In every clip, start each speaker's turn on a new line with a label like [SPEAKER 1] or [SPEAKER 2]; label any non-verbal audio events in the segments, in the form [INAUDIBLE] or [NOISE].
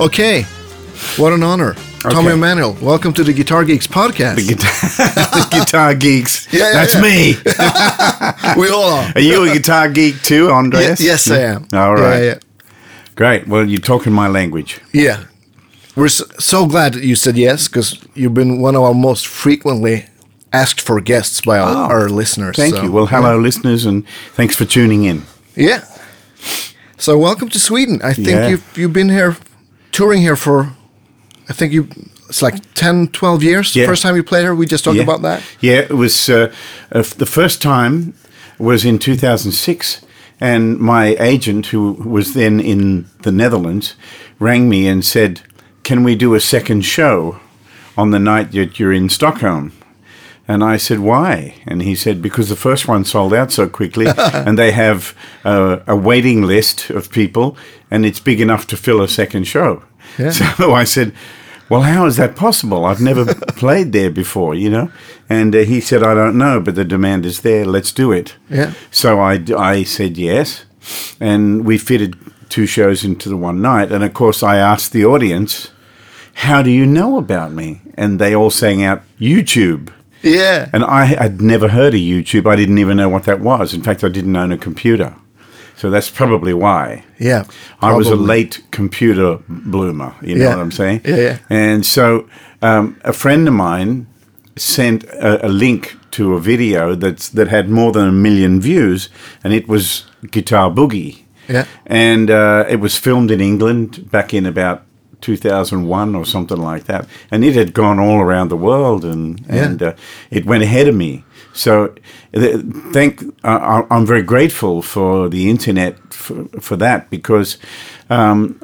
[SPEAKER 1] Okay, what an honor. Tommy O'Manuel, welcome to the Guitar Geeks podcast.
[SPEAKER 2] The guitar, [LAUGHS] the guitar geeks.
[SPEAKER 1] [LAUGHS] Yeah, yeah,
[SPEAKER 2] That's
[SPEAKER 1] yeah. [LAUGHS]
[SPEAKER 2] me.
[SPEAKER 1] we all are.
[SPEAKER 2] Are you a guitar geek too, Andreas?
[SPEAKER 1] Ye- yes, I am.
[SPEAKER 2] All right.
[SPEAKER 1] Yeah,
[SPEAKER 2] Great. Well, you're talking my language.
[SPEAKER 1] yeah. yeah. We're so, so glad that you said yes because you've been one of our most frequently asked for guests by our, our listeners.
[SPEAKER 2] Oh. Thank
[SPEAKER 1] so,
[SPEAKER 2] you. Well, hello, listeners, and thanks for tuning in.
[SPEAKER 1] Yeah. So welcome to Sweden. I think
[SPEAKER 2] Yeah.
[SPEAKER 1] you've you've been here touring here for I think you it's like 10 12 years.
[SPEAKER 2] Yeah.
[SPEAKER 1] First time you played here, we just talked about that.
[SPEAKER 2] Yeah, it was uh, uh, f- the first time was in 2006, and my agent, who was then in the Netherlands, rang me and said, "Can we do a second show on the night that you're in Stockholm?" And I said, "Why?" And he said, "Because the first one sold out so
[SPEAKER 1] [LAUGHS]
[SPEAKER 2] quickly, and they have uh, a waiting list of people, and it's big enough to fill a second show."
[SPEAKER 1] Yeah.
[SPEAKER 2] [LAUGHS] So I said, "Well, how is that possible? I've
[SPEAKER 1] [LAUGHS]
[SPEAKER 2] never played there before, you know." And uh, he said, "I don't know, but the demand is there. Let's do it."
[SPEAKER 1] Yeah.
[SPEAKER 2] So I, d- I said yes, and we fitted two shows into the one night. And of course, I asked the audience, "How do you know about me?" And they all sang out, "YouTube."
[SPEAKER 1] Yeah.
[SPEAKER 2] And I had never heard of YouTube. I didn't even know what that was. In fact, I didn't own a computer. So that's probably why.
[SPEAKER 1] Yeah.
[SPEAKER 2] I was a
[SPEAKER 1] probably.
[SPEAKER 2] late computer bloomer, you know
[SPEAKER 1] Yeah.
[SPEAKER 2] what I'm saying?
[SPEAKER 1] Yeah, yeah.
[SPEAKER 2] And so um, a friend of mine sent a, a link to a video that's, that had more than a million views, and it was Guitar Boogie.
[SPEAKER 1] Yeah.
[SPEAKER 2] And uh, it was filmed in England back in about 2001 or something like that. And it had gone all around the world and,
[SPEAKER 1] Yeah.
[SPEAKER 2] and uh, it went ahead of me. So th- thank, I I- I'm very grateful for the internet for, for that because um,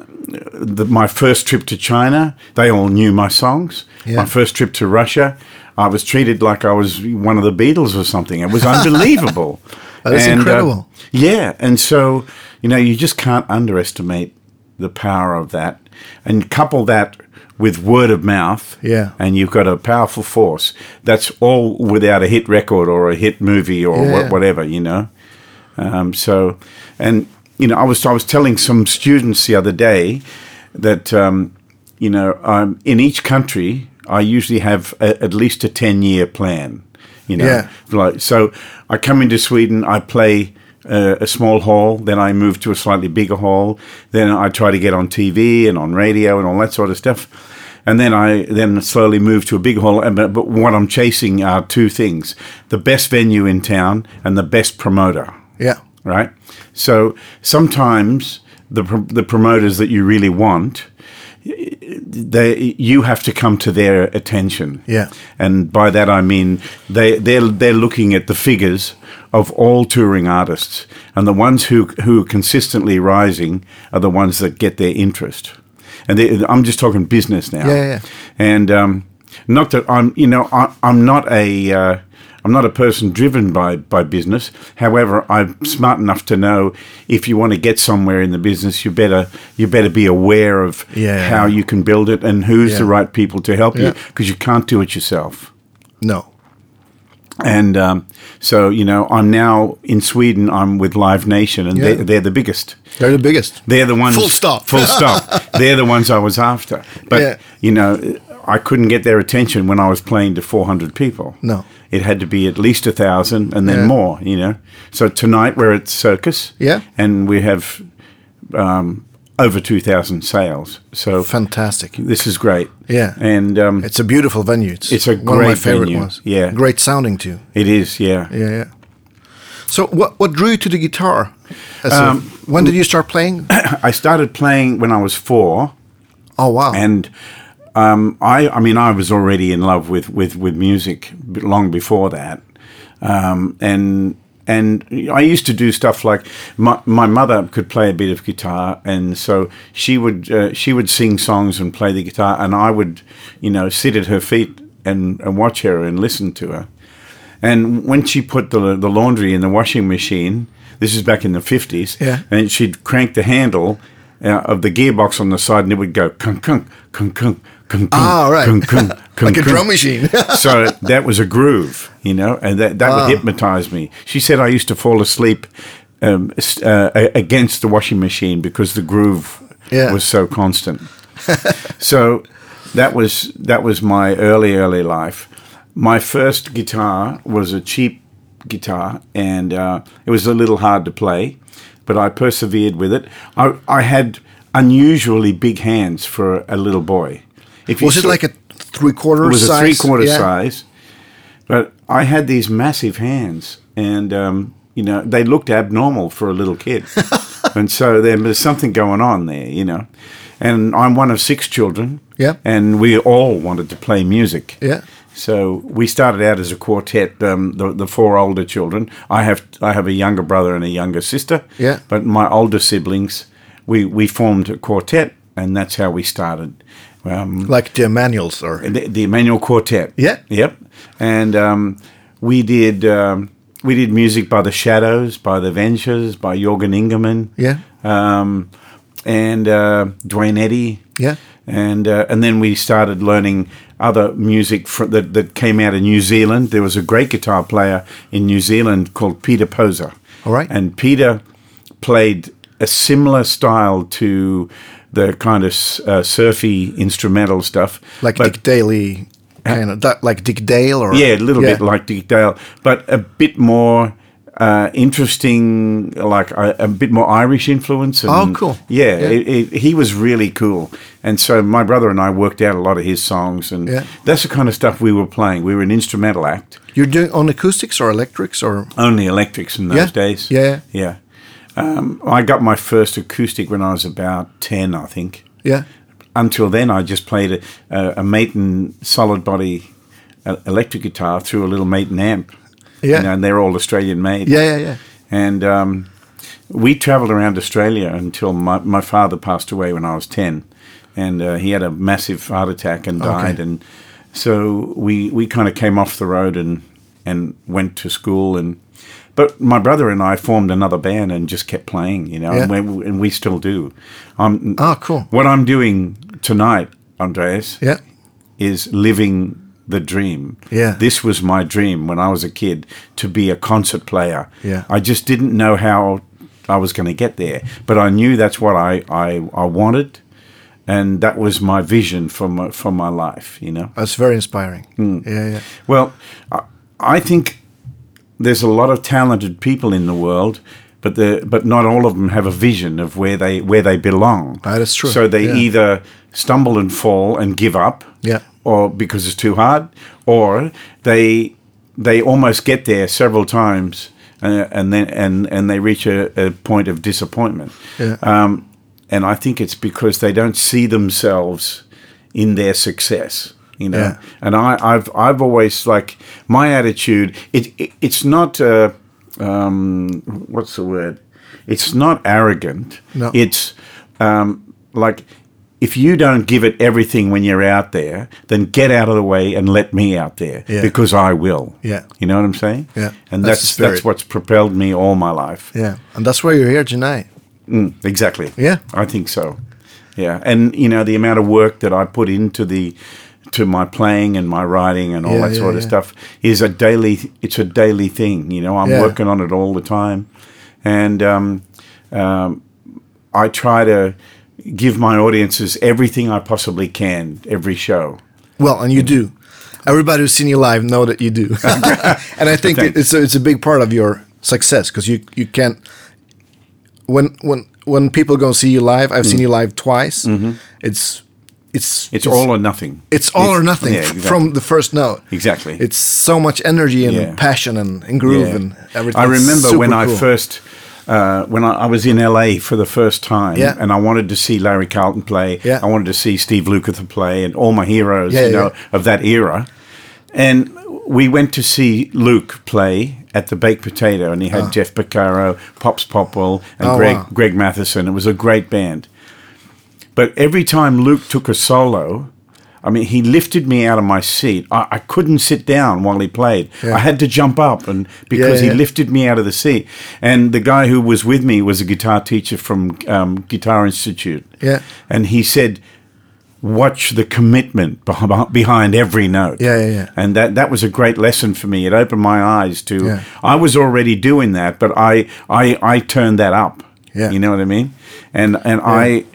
[SPEAKER 2] the, my first trip to China, they all knew my songs.
[SPEAKER 1] Yeah.
[SPEAKER 2] My first trip to Russia, I was treated like I was one of the Beatles or something. It was unbelievable.
[SPEAKER 1] [LAUGHS] That is
[SPEAKER 2] And, uh,
[SPEAKER 1] incredible.
[SPEAKER 2] yeah, and so you know you just can't underestimate the power of that, and couple that with word of mouth.
[SPEAKER 1] Yeah.
[SPEAKER 2] and you've got a powerful force. That's all without a hit record or a hit movie or
[SPEAKER 1] Yeah.
[SPEAKER 2] wha- whatever you know. Um, so, and you know, I was I was telling some students the other day that um, you know um, in each country I usually have a, at least a ten year plan. You know,
[SPEAKER 1] Yeah.
[SPEAKER 2] like so I come into Sweden, I play. Uh, a small hall, then I move to a slightly bigger hall. Then I try to get on TV and on radio and all that sort of stuff, and then I then slowly move to a big hall. And, but, but what I'm chasing are two things: the best venue in town and the best promoter
[SPEAKER 1] Yeah.
[SPEAKER 2] right? So sometimes the pr- the promoters that you really want, they you have to come to their attention.
[SPEAKER 1] Yeah.
[SPEAKER 2] and by that I mean they they're they're looking at the figures of all touring artists, and the ones who who are consistently rising are the ones that get their interest. And they, I'm just talking business now.
[SPEAKER 1] Yeah, yeah, yeah.
[SPEAKER 2] And um, not that I'm, you know, I, I'm not a, uh, I'm not a person driven by by business. However, I'm smart enough to know if you want to get somewhere in the business, you better you better be aware of
[SPEAKER 1] Yeah.
[SPEAKER 2] how you can build it and who's the
[SPEAKER 1] Yeah.
[SPEAKER 2] right people to help you
[SPEAKER 1] Yeah.
[SPEAKER 2] because you can't do it yourself.
[SPEAKER 1] No.
[SPEAKER 2] And um, so, you know, I'm now in Sweden. I'm with Live Nation, and
[SPEAKER 1] Yeah.
[SPEAKER 2] they're, they're the biggest.
[SPEAKER 1] They're the biggest.
[SPEAKER 2] They're the ones.
[SPEAKER 1] Full stop.
[SPEAKER 2] Full
[SPEAKER 1] [LAUGHS]
[SPEAKER 2] stop. They're the ones I was after. But
[SPEAKER 1] Yeah.
[SPEAKER 2] you know, I couldn't get their attention when I was playing to 400 people.
[SPEAKER 1] No.
[SPEAKER 2] It had to be at least a thousand, and then
[SPEAKER 1] Yeah.
[SPEAKER 2] more. You know. So tonight we're at Circus.
[SPEAKER 1] Yeah.
[SPEAKER 2] And we have um, over 2,000 sales. So
[SPEAKER 1] Fantastic.
[SPEAKER 2] this is great.
[SPEAKER 1] Yeah.
[SPEAKER 2] And um,
[SPEAKER 1] It's a beautiful venue. It's,
[SPEAKER 2] It's a
[SPEAKER 1] one of my
[SPEAKER 2] great
[SPEAKER 1] favorite
[SPEAKER 2] venue.
[SPEAKER 1] ones.
[SPEAKER 2] Yeah.
[SPEAKER 1] Great sounding too.
[SPEAKER 2] it is. Yeah.
[SPEAKER 1] Yeah, yeah. So what what drew you to the guitar? As a-
[SPEAKER 2] Um,
[SPEAKER 1] when did you start
[SPEAKER 2] [COUGHS]
[SPEAKER 1] playing?
[SPEAKER 2] I started playing when I was four.
[SPEAKER 1] Oh wow.
[SPEAKER 2] and um, I, I mean, I was already in love with with with music b- long before that, um, and and I used to do stuff like my, my mother could play a bit of guitar, and so she would uh, she would sing songs and play the guitar, and I would, you know, sit at her feet and, and watch her and listen to her. And when she put the, the laundry in the washing machine, this is back in the 50s,
[SPEAKER 1] Yeah.
[SPEAKER 2] and she'd crank the handle uh, of the gearbox on the side and it would go kunk, kunk, kunk, kunk, kunk,
[SPEAKER 1] Ah, right.
[SPEAKER 2] kunk,
[SPEAKER 1] [LAUGHS]
[SPEAKER 2] kunk,
[SPEAKER 1] like
[SPEAKER 2] kunk,
[SPEAKER 1] a
[SPEAKER 2] kunk.
[SPEAKER 1] drum machine.
[SPEAKER 2] so that was a groove, you know, and that, that
[SPEAKER 1] Ah.
[SPEAKER 2] would hypnotize me. She said I used to fall asleep um, s- uh, a- against the washing machine because the groove
[SPEAKER 1] Yeah. [LAUGHS]
[SPEAKER 2] was so constant. so that was that was my early early life. My first guitar was a cheap guitar, and uh, it was a little hard to play, but I persevered with it. I, I had unusually big hands for a little boy. If you
[SPEAKER 1] Was it
[SPEAKER 2] saw-
[SPEAKER 1] like a three quarter
[SPEAKER 2] it was
[SPEAKER 1] size?
[SPEAKER 2] a three quarter
[SPEAKER 1] Yeah.
[SPEAKER 2] size, but I had these massive hands, and um, you know they looked abnormal for a little
[SPEAKER 1] [LAUGHS]
[SPEAKER 2] kid, and so there was something going on there, you know. And I'm one of six children,
[SPEAKER 1] Yeah.
[SPEAKER 2] and we all wanted to play music,
[SPEAKER 1] Yeah.
[SPEAKER 2] So we started out as a quartet, um, the, the four older children. I have I have a younger brother and a younger sister,
[SPEAKER 1] Yeah.
[SPEAKER 2] But my older siblings, we we formed a quartet, and that's how we started. Um,
[SPEAKER 1] Like the manuals or
[SPEAKER 2] the, the Emmanuel Quartet.
[SPEAKER 1] Yeah.
[SPEAKER 2] Yep. And um, we did um, we did music by the Shadows, by the Ventures, by Jorgen Ingemann.
[SPEAKER 1] Yeah.
[SPEAKER 2] Um, and uh, Dwayne Eddy.
[SPEAKER 1] Yeah.
[SPEAKER 2] And uh, and then we started learning other music fr- that that came out of New Zealand. There was a great guitar player in New Zealand called Peter Poser.
[SPEAKER 1] All right.
[SPEAKER 2] And Peter played a similar style to the kind of s- uh, surfy instrumental stuff,
[SPEAKER 1] like
[SPEAKER 2] but
[SPEAKER 1] Dick Daley kind of that, like Dick Dale or
[SPEAKER 2] yeah, a little bit like Dick Dale, but a bit more uh, interesting, like a, a bit more Irish influence. And,
[SPEAKER 1] Oh, cool.
[SPEAKER 2] Yeah,
[SPEAKER 1] Yeah.
[SPEAKER 2] It, it, he was really cool. And so my brother and I worked out a lot of his songs, and
[SPEAKER 1] Yeah.
[SPEAKER 2] that's the kind of stuff we were playing. We were an instrumental act,
[SPEAKER 1] You're doing on acoustics or electrics or
[SPEAKER 2] only electrics in those
[SPEAKER 1] Yeah.
[SPEAKER 2] days.
[SPEAKER 1] Yeah.
[SPEAKER 2] Yeah. Um, I got my first acoustic when I was about 10, I think
[SPEAKER 1] yeah.
[SPEAKER 2] until then, I just played a, a, a Maton solid body uh, electric guitar through a little Maton amp.
[SPEAKER 1] Yeah.
[SPEAKER 2] You know, and they're all Australian made.
[SPEAKER 1] Yeah, yeah, yeah.
[SPEAKER 2] And um, we traveled around Australia until my, my father passed away when I was 10. And uh, he had a massive heart attack and died. And so we, we kind of came off the road and, and went to school. And But my brother and I formed another band and just kept playing, you know,
[SPEAKER 1] Yeah.
[SPEAKER 2] and, we, and we still do. I'm,
[SPEAKER 1] Oh, cool.
[SPEAKER 2] what I'm doing tonight, Andreas,
[SPEAKER 1] Yeah.
[SPEAKER 2] is living the dream.
[SPEAKER 1] Yeah.
[SPEAKER 2] This was my dream when I was a kid to be a concert player.
[SPEAKER 1] Yeah.
[SPEAKER 2] I just didn't know how I was going to get there, but I knew that's what I, I, I wanted. And that was my vision for my, for my life, you know?
[SPEAKER 1] That's very inspiring.
[SPEAKER 2] Hmm.
[SPEAKER 1] Yeah, yeah.
[SPEAKER 2] Well, I, I think there's a lot of talented people in the world, but the but not all of them have a vision of where they where they belong.
[SPEAKER 1] That is true,
[SPEAKER 2] So they
[SPEAKER 1] yeah.
[SPEAKER 2] either stumble and fall and give up,
[SPEAKER 1] Yeah.
[SPEAKER 2] or because it's too hard, or they they almost get there several times. Uh, and then and and they reach a, a point of disappointment
[SPEAKER 1] Yeah.
[SPEAKER 2] um, and I think it's because they don't see themselves in their success. You know,
[SPEAKER 1] Yeah.
[SPEAKER 2] and I, I've I've always like my attitude. It, it it's not uh, um, what's the word? It's not arrogant.
[SPEAKER 1] No.
[SPEAKER 2] It's um, like if you don't give it everything when you're out there, then get out of the way and let me out there
[SPEAKER 1] Yeah.
[SPEAKER 2] because I will.
[SPEAKER 1] Yeah.
[SPEAKER 2] you know what I'm saying?
[SPEAKER 1] Yeah. That's
[SPEAKER 2] and
[SPEAKER 1] the
[SPEAKER 2] that's
[SPEAKER 1] spirit.
[SPEAKER 2] that's what's propelled me all my life.
[SPEAKER 1] Yeah. And that's why you're here tonight.
[SPEAKER 2] Exactly.
[SPEAKER 1] Yeah.
[SPEAKER 2] I think so. Yeah, and you know the amount of work that I put into the to my playing and my writing and all
[SPEAKER 1] Yeah,
[SPEAKER 2] that
[SPEAKER 1] yeah,
[SPEAKER 2] sort of
[SPEAKER 1] yeah.
[SPEAKER 2] stuff is a daily. It's a daily thing. You know, I'm
[SPEAKER 1] Yeah.
[SPEAKER 2] working on it all the time, and um, um, I try to give my audiences everything I possibly can every show.
[SPEAKER 1] Well, and you do. Everybody who's seen you live know that you do.
[SPEAKER 2] [LAUGHS]
[SPEAKER 1] [LAUGHS] and I think
[SPEAKER 2] Thanks.
[SPEAKER 1] it's a, it's a big part of your success because you you can't when when when people go and see you live. I've seen you live twice. It's it's
[SPEAKER 2] Mm. Mm-hmm. It's, all or nothing.
[SPEAKER 1] it's all or nothing
[SPEAKER 2] yeah,
[SPEAKER 1] f-
[SPEAKER 2] exactly.
[SPEAKER 1] from the first note.
[SPEAKER 2] Exactly.
[SPEAKER 1] It's so much energy and
[SPEAKER 2] Yeah.
[SPEAKER 1] passion and, and groove
[SPEAKER 2] Yeah.
[SPEAKER 1] and everything.
[SPEAKER 2] I
[SPEAKER 1] It's
[SPEAKER 2] remember when
[SPEAKER 1] super
[SPEAKER 2] I
[SPEAKER 1] cool.
[SPEAKER 2] first, uh, when I, I was in LA for the first time,
[SPEAKER 1] Yeah.
[SPEAKER 2] and I wanted to see Larry Carlton play.
[SPEAKER 1] Yeah.
[SPEAKER 2] I wanted to see Steve Lukather play, and all my heroes,
[SPEAKER 1] Yeah,
[SPEAKER 2] you
[SPEAKER 1] yeah,
[SPEAKER 2] know, of that era. And we went to see Luke play at the Baked Potato, and he had Jeff Beccaro, Pops Popwell, and
[SPEAKER 1] Ah. Oh,
[SPEAKER 2] Greg
[SPEAKER 1] wow.
[SPEAKER 2] Greg Matheson. It was a great band. But every time Luke took a solo, I mean, he lifted me out of my seat. I, I couldn't sit down while he played.
[SPEAKER 1] Yeah.
[SPEAKER 2] I had to jump up, and because
[SPEAKER 1] yeah.
[SPEAKER 2] he lifted me out of the seat. And the guy who was with me was a guitar teacher from um, Guitar Institute.
[SPEAKER 1] Yeah.
[SPEAKER 2] and he said, "Watch the commitment [LAUGHS] beh- behind every note."
[SPEAKER 1] Yeah, yeah, yeah.
[SPEAKER 2] And that that was a great lesson for me. It opened my eyes to.
[SPEAKER 1] Yeah.
[SPEAKER 2] I was already doing that, but I I I turned that up.
[SPEAKER 1] Yeah.
[SPEAKER 2] You know what I mean? And and I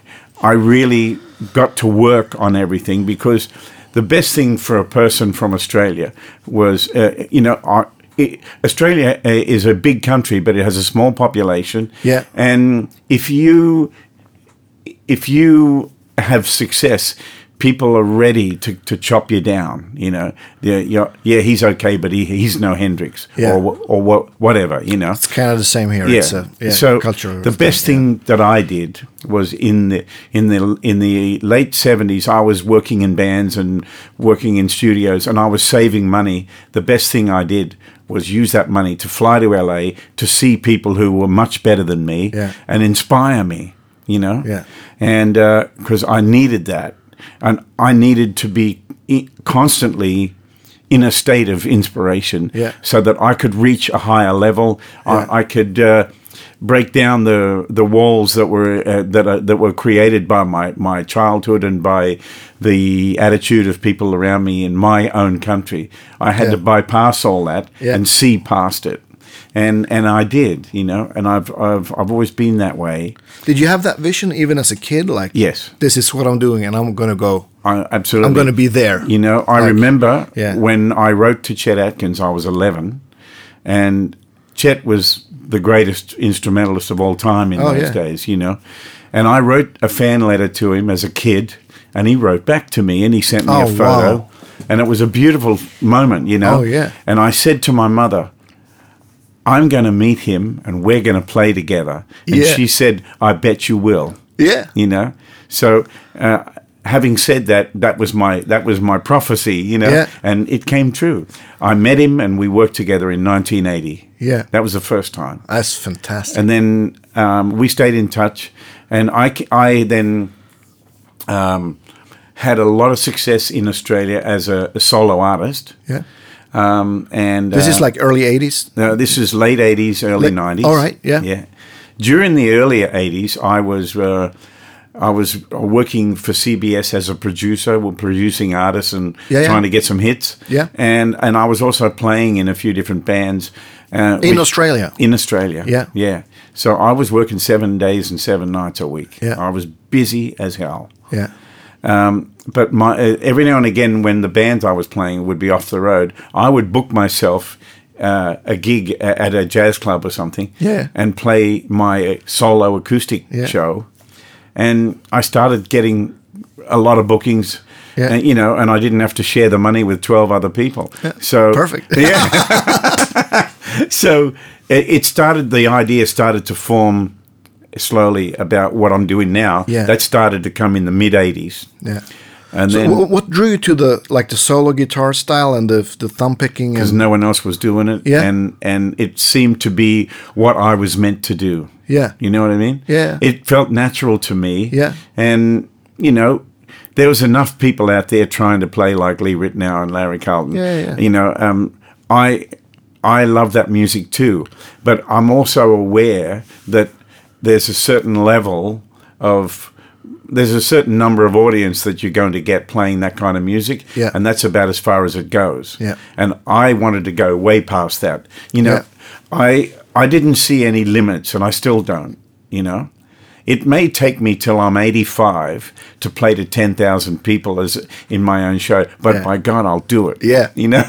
[SPEAKER 2] I really got to work on everything because the best thing for a person from Australia was, uh, you know, our, it, Australia uh, is a big country, but it has a small population.
[SPEAKER 1] Yeah.
[SPEAKER 2] and if you if you have success, people are ready to, to chop you down. You know, yeah, yeah, yeah, he's okay, but he, he's no Hendrix
[SPEAKER 1] Yeah.
[SPEAKER 2] or wh- or what, whatever. You know,
[SPEAKER 1] It's kind of the same here.
[SPEAKER 2] yeah.
[SPEAKER 1] It's a yeah,
[SPEAKER 2] so
[SPEAKER 1] culture.
[SPEAKER 2] the best thing that I did was in the in the in the late seventies. I was working in bands and working in studios, and I was saving money. The best thing I did was use that money to fly to LA to see people who were much better than me
[SPEAKER 1] Yeah.
[SPEAKER 2] and inspire me. You know,
[SPEAKER 1] Yeah.
[SPEAKER 2] and because I needed that, and I needed to be i- constantly in a state of inspiration,
[SPEAKER 1] Yeah.
[SPEAKER 2] so that I could reach a higher level. I, I could uh, break down the the walls that were uh, that are, that were created by my my childhood and by the attitude of people around me in my own country. I had to bypass all that
[SPEAKER 1] Yeah.
[SPEAKER 2] and see past it. And, and I did, you know, and I've, I've, I've always been that way.
[SPEAKER 1] Did you have that vision even as a kid? Like,
[SPEAKER 2] Yes.
[SPEAKER 1] this is what I'm doing, and I'm gonna go.
[SPEAKER 2] I absolutely.
[SPEAKER 1] I'm gonna be there.
[SPEAKER 2] You know, I
[SPEAKER 1] Like,
[SPEAKER 2] remember
[SPEAKER 1] yeah.
[SPEAKER 2] when I wrote to Chet Atkins, I was 11, and Chet was the greatest instrumentalist of all time in
[SPEAKER 1] Oh,
[SPEAKER 2] those
[SPEAKER 1] yeah.
[SPEAKER 2] days, you know. And I wrote a fan letter to him as a kid, and he wrote back to me and he sent me
[SPEAKER 1] Oh,
[SPEAKER 2] a photo.
[SPEAKER 1] wow.
[SPEAKER 2] And it was a beautiful moment, you know.
[SPEAKER 1] Oh, yeah.
[SPEAKER 2] And I said to my mother, I'm going to meet him and we're going to play together. And
[SPEAKER 1] Yeah.
[SPEAKER 2] she said, I bet you will
[SPEAKER 1] Yeah.
[SPEAKER 2] you know so uh, having said that that was my that was my prophecy you know
[SPEAKER 1] Yeah.
[SPEAKER 2] and it came true i met him and we worked together in 1980
[SPEAKER 1] Yeah.
[SPEAKER 2] that was the first time
[SPEAKER 1] That's fantastic.
[SPEAKER 2] and then um, we stayed in touch and i c- I then um, had a lot of success in australia as a, a solo artist
[SPEAKER 1] yeah.
[SPEAKER 2] um, and
[SPEAKER 1] This
[SPEAKER 2] uh,
[SPEAKER 1] is like early '80s.
[SPEAKER 2] no, this is late eighties, early
[SPEAKER 1] Late-
[SPEAKER 2] nineties.
[SPEAKER 1] all right, yeah.
[SPEAKER 2] yeah. During the earlier eighties, I was uh, I was working for CBS as a producer, we're producing artists and
[SPEAKER 1] Yeah, yeah.
[SPEAKER 2] trying to get some hits.
[SPEAKER 1] Yeah.
[SPEAKER 2] and and I was also playing in a few different bands uh,
[SPEAKER 1] In
[SPEAKER 2] which-
[SPEAKER 1] Australia.
[SPEAKER 2] In Australia,
[SPEAKER 1] Yeah.
[SPEAKER 2] yeah. So I was working seven days and seven nights a week.
[SPEAKER 1] Yeah.
[SPEAKER 2] I was busy as hell
[SPEAKER 1] Yeah.
[SPEAKER 2] but my uh, every now and again when the bands I was playing would be off the road, I would book myself uh, a gig a- at a jazz club or something,
[SPEAKER 1] Yeah.
[SPEAKER 2] and play my solo acoustic
[SPEAKER 1] Yeah.
[SPEAKER 2] show, and I started getting a lot of bookings.
[SPEAKER 1] Yeah.
[SPEAKER 2] And, you know, and I didn't have to share the money with twelve other people. So
[SPEAKER 1] Perfect.
[SPEAKER 2] [LAUGHS] Yeah.
[SPEAKER 1] [LAUGHS]
[SPEAKER 2] so it, it started. The idea started to form slowly about what I'm doing now.
[SPEAKER 1] Yeah.
[SPEAKER 2] That started to come in the mid '80s.
[SPEAKER 1] Yeah.
[SPEAKER 2] And
[SPEAKER 1] So
[SPEAKER 2] then
[SPEAKER 1] wh- what drew you to the like the solo guitar style and the the thumb picking
[SPEAKER 2] because
[SPEAKER 1] and
[SPEAKER 2] no one else was doing it,
[SPEAKER 1] Yeah.
[SPEAKER 2] and and it seemed to be what I was meant to do.
[SPEAKER 1] Yeah.
[SPEAKER 2] you know what I mean.
[SPEAKER 1] Yeah.
[SPEAKER 2] it felt natural to me.
[SPEAKER 1] Yeah.
[SPEAKER 2] and you know, there was enough people out there trying to play like Lee Ritenour and Larry Carlton.
[SPEAKER 1] Yeah, yeah.
[SPEAKER 2] you know, um, I I love that music too, but I'm also aware that there's a certain level of there's a certain number of audience that you're going to get playing that kind of music
[SPEAKER 1] Yeah.
[SPEAKER 2] and that's about as far as it goes
[SPEAKER 1] Yeah.
[SPEAKER 2] and I wanted to go way past that. You know,
[SPEAKER 1] Yeah.
[SPEAKER 2] I I didn't see any limits, and I still don't. You know, it may take me till I'm 85 to play to 10,000 people as in my own show, but
[SPEAKER 1] Yeah.
[SPEAKER 2] by God, I'll do it.
[SPEAKER 1] Yeah.
[SPEAKER 2] you know,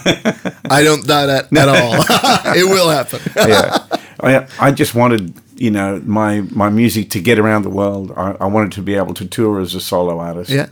[SPEAKER 1] I don't doubt that at
[SPEAKER 2] [LAUGHS]
[SPEAKER 1] all. [LAUGHS] it will happen.
[SPEAKER 2] yeah. [LAUGHS] I I just wanted you know my my music to get around the world. I, I wanted to be able to tour as a solo artist.
[SPEAKER 1] Yeah.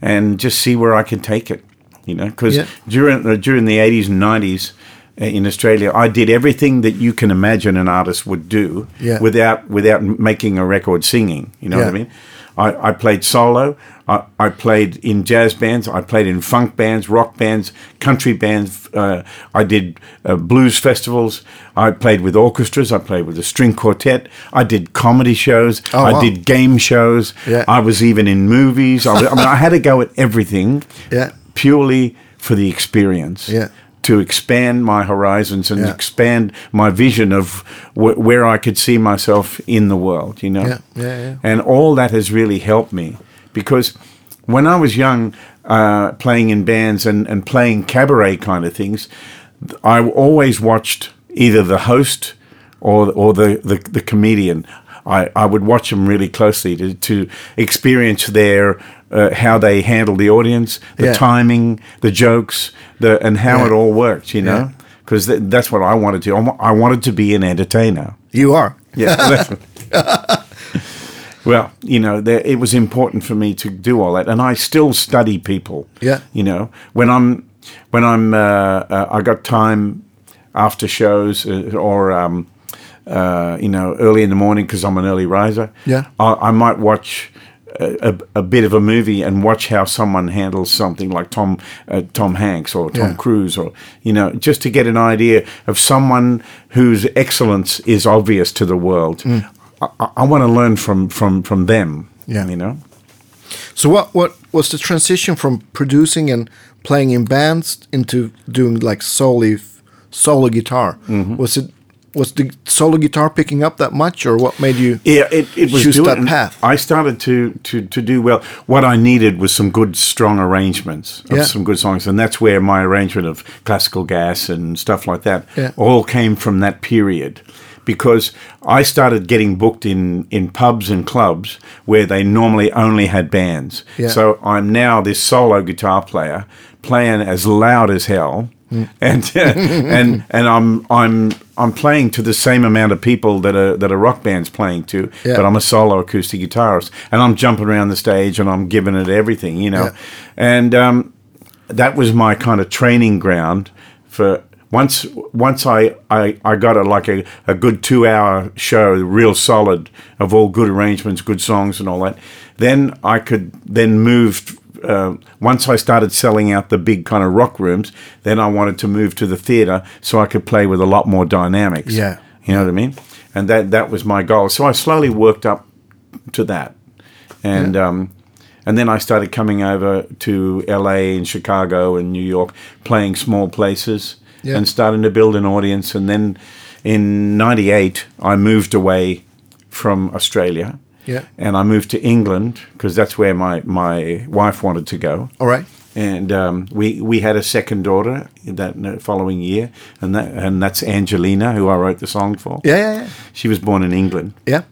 [SPEAKER 2] and just see where I could take it. You know, because
[SPEAKER 1] Yeah.
[SPEAKER 2] during the, during the eighties and nineties uh, in Australia, I did everything that you can imagine an artist would do
[SPEAKER 1] Yeah.
[SPEAKER 2] without without making a record singing. You know what I
[SPEAKER 1] Yeah.
[SPEAKER 2] mean? I, I played solo. I, I played in jazz bands. I played in funk bands, rock bands, country bands. Uh, I did uh, blues festivals. I played with orchestras. I played with a string quartet. I did comedy shows.
[SPEAKER 1] Oh,
[SPEAKER 2] I
[SPEAKER 1] wow.
[SPEAKER 2] did game shows.
[SPEAKER 1] Yeah.
[SPEAKER 2] I was even in movies. I, was, I mean, I had to go at everything
[SPEAKER 1] [LAUGHS] Yeah.
[SPEAKER 2] purely for the experience.
[SPEAKER 1] Yeah.
[SPEAKER 2] To expand my horizons and
[SPEAKER 1] Yeah.
[SPEAKER 2] expand my vision of wh- where I could see myself in the world, you know?
[SPEAKER 1] Yeah, yeah, yeah.
[SPEAKER 2] And all that has really helped me because when I was young, uh, playing in bands and, and playing cabaret kind of things, th- I always watched either the host or, or the, the, the comedian. I, I would watch them really closely to, to experience their uh, how they handle the audience, the
[SPEAKER 1] Yeah.
[SPEAKER 2] timing, the jokes, the and how
[SPEAKER 1] Yeah.
[SPEAKER 2] it all worked. You know, because th- that's what I wanted to. I wa- I wanted to be an entertainer.
[SPEAKER 1] You are.
[SPEAKER 2] Yeah.
[SPEAKER 1] [LAUGHS]
[SPEAKER 2] that's what- [LAUGHS] well, you know, there, it was important for me to do all that, and I still study people.
[SPEAKER 1] Yeah.
[SPEAKER 2] You know, when I'm when I'm uh, uh, I got time after shows uh, or. Um, uh, you know, early in the morning because I'm an early riser.
[SPEAKER 1] Yeah.
[SPEAKER 2] I, I might watch a, a, a bit of a movie and watch how someone handles something like Tom uh, Tom Hanks or Tom
[SPEAKER 1] Yeah.
[SPEAKER 2] Cruise or you know just to get an idea of someone whose excellence is obvious to the world. I, I, I want to learn from from from them.
[SPEAKER 1] Mm. Yeah.
[SPEAKER 2] you know.
[SPEAKER 1] So what what was the transition from producing and playing in bands into doing like solely f- solo guitar?
[SPEAKER 2] Mm-hmm.
[SPEAKER 1] Was it was the solo guitar picking up that much, or what made you?
[SPEAKER 2] Yeah, it, it was
[SPEAKER 1] choose
[SPEAKER 2] doing,
[SPEAKER 1] that path.
[SPEAKER 2] I started to, to to do well. What I needed was some good, strong arrangements of
[SPEAKER 1] Yeah.
[SPEAKER 2] some good songs, and that's where my arrangement of classical gas and stuff like that
[SPEAKER 1] Yeah.
[SPEAKER 2] all came from that period. Because I started getting booked in, in pubs and clubs where they normally only had bands.
[SPEAKER 1] Yeah.
[SPEAKER 2] So I'm now this solo guitar player playing as loud as hell,
[SPEAKER 1] Mm.
[SPEAKER 2] [LAUGHS] and and and I'm I'm I'm playing to the same amount of people that are that a rock band's playing to,
[SPEAKER 1] Yeah.
[SPEAKER 2] but I'm a solo acoustic guitarist, and I'm jumping around the stage and I'm giving it everything, you know,
[SPEAKER 1] Yeah.
[SPEAKER 2] and um, that was my kind of training ground for. Once, once I, I, I got a, like a, a good two hour show, real solid of all good arrangements, good songs, and all that. Then I could then move uh, once I started selling out the big kind of rock rooms, then I wanted to move to the theater so I could play with a lot more dynamics.
[SPEAKER 1] Yeah.
[SPEAKER 2] You know what I mean? And that that was my goal. So I slowly worked up to that. And um and then I started coming over to LA and Chicago and New York playing small places
[SPEAKER 1] Yeah.
[SPEAKER 2] and starting to build an audience and then in 98 I moved away from Australia.
[SPEAKER 1] Yeah.
[SPEAKER 2] And I moved to England because that's where my, my wife wanted to go.
[SPEAKER 1] All right,
[SPEAKER 2] And um, we we had a second daughter that uh, following year, and that and that's Angelina, who I wrote the song for.
[SPEAKER 1] yeah, yeah, yeah.
[SPEAKER 2] She was born in England,
[SPEAKER 1] yeah.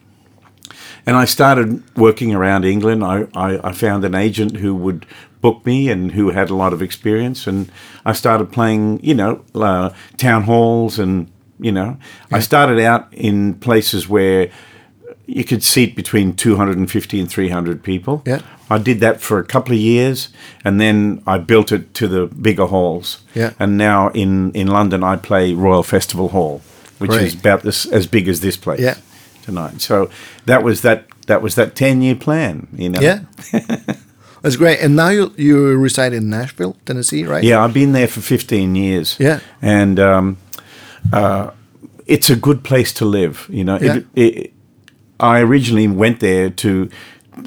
[SPEAKER 2] and I started working around England. I, I, I found an agent who would book me and who had a lot of experience, and I started playing, you know, uh, town halls, and you know, I started out in places where you could seat between 250 and 300 people.
[SPEAKER 1] Yeah.
[SPEAKER 2] I did that for a couple of years, and then I built it to the bigger halls.
[SPEAKER 1] Yeah.
[SPEAKER 2] And now in in London, I play Royal Festival Hall, which
[SPEAKER 1] Great.
[SPEAKER 2] is about this as big as this place
[SPEAKER 1] Yeah.
[SPEAKER 2] tonight. So that was that. That was that ten-year plan, you know.
[SPEAKER 1] Yeah. [LAUGHS] That's great. And now you you reside in Nashville, Tennessee, right?
[SPEAKER 2] Yeah, I've been there for fifteen years.
[SPEAKER 1] Yeah.
[SPEAKER 2] and um, uh, it's a good place to live. You know,
[SPEAKER 1] Yeah.
[SPEAKER 2] it, it, I originally went there to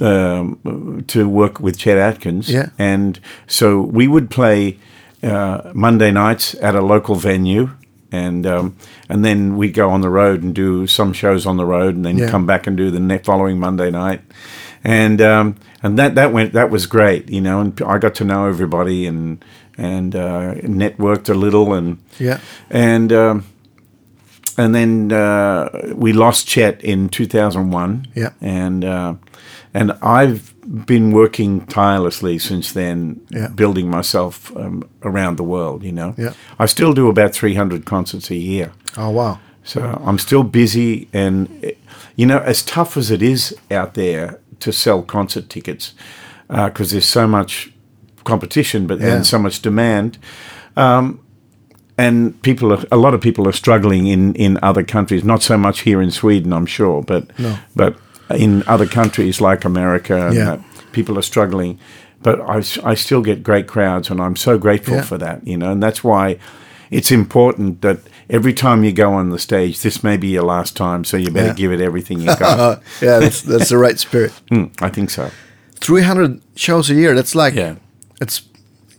[SPEAKER 2] um, to work with Chet Atkins.
[SPEAKER 1] Yeah.
[SPEAKER 2] and so we would play uh, Monday nights at a local venue. And um, and then we'd go on the road and do some shows on the road, and then
[SPEAKER 1] Yeah.
[SPEAKER 2] come back and do the ne- following Monday night, and um, and that that went that was great, you know. And I got to know everybody and and uh, networked a little, and
[SPEAKER 1] Yeah.
[SPEAKER 2] and um, and then uh, we lost Chet in 2001.
[SPEAKER 1] Yeah.
[SPEAKER 2] and uh, and I've been working tirelessly since then,
[SPEAKER 1] Yeah.
[SPEAKER 2] building myself um, around the world. You know,
[SPEAKER 1] Yeah.
[SPEAKER 2] I still do about 300 concerts a year.
[SPEAKER 1] Oh wow.
[SPEAKER 2] So I'm still busy, and eh, you know, as tough as it is out there to sell concert tickets, because there's so much competition, but
[SPEAKER 1] Yeah.
[SPEAKER 2] and so much demand, um, and people, are, a lot of people are struggling in in other countries. Not so much here in Sweden, I'm sure, but
[SPEAKER 1] No.
[SPEAKER 2] but in other countries like America, and
[SPEAKER 1] Yeah.
[SPEAKER 2] that, people are struggling. But I, s- I still get great crowds, and I'm so grateful
[SPEAKER 1] Yeah.
[SPEAKER 2] for that, you know, and that's why it's important that every time you go on the stage, this may be your last time, so you better
[SPEAKER 1] Yeah.
[SPEAKER 2] give it everything you
[SPEAKER 1] [LAUGHS]
[SPEAKER 2] got.
[SPEAKER 1] Uh, Yeah, that's that's the right spirit.
[SPEAKER 2] [LAUGHS] Mm, I think so.
[SPEAKER 1] Three hundred shows a year. That's like
[SPEAKER 2] Yeah.
[SPEAKER 1] it's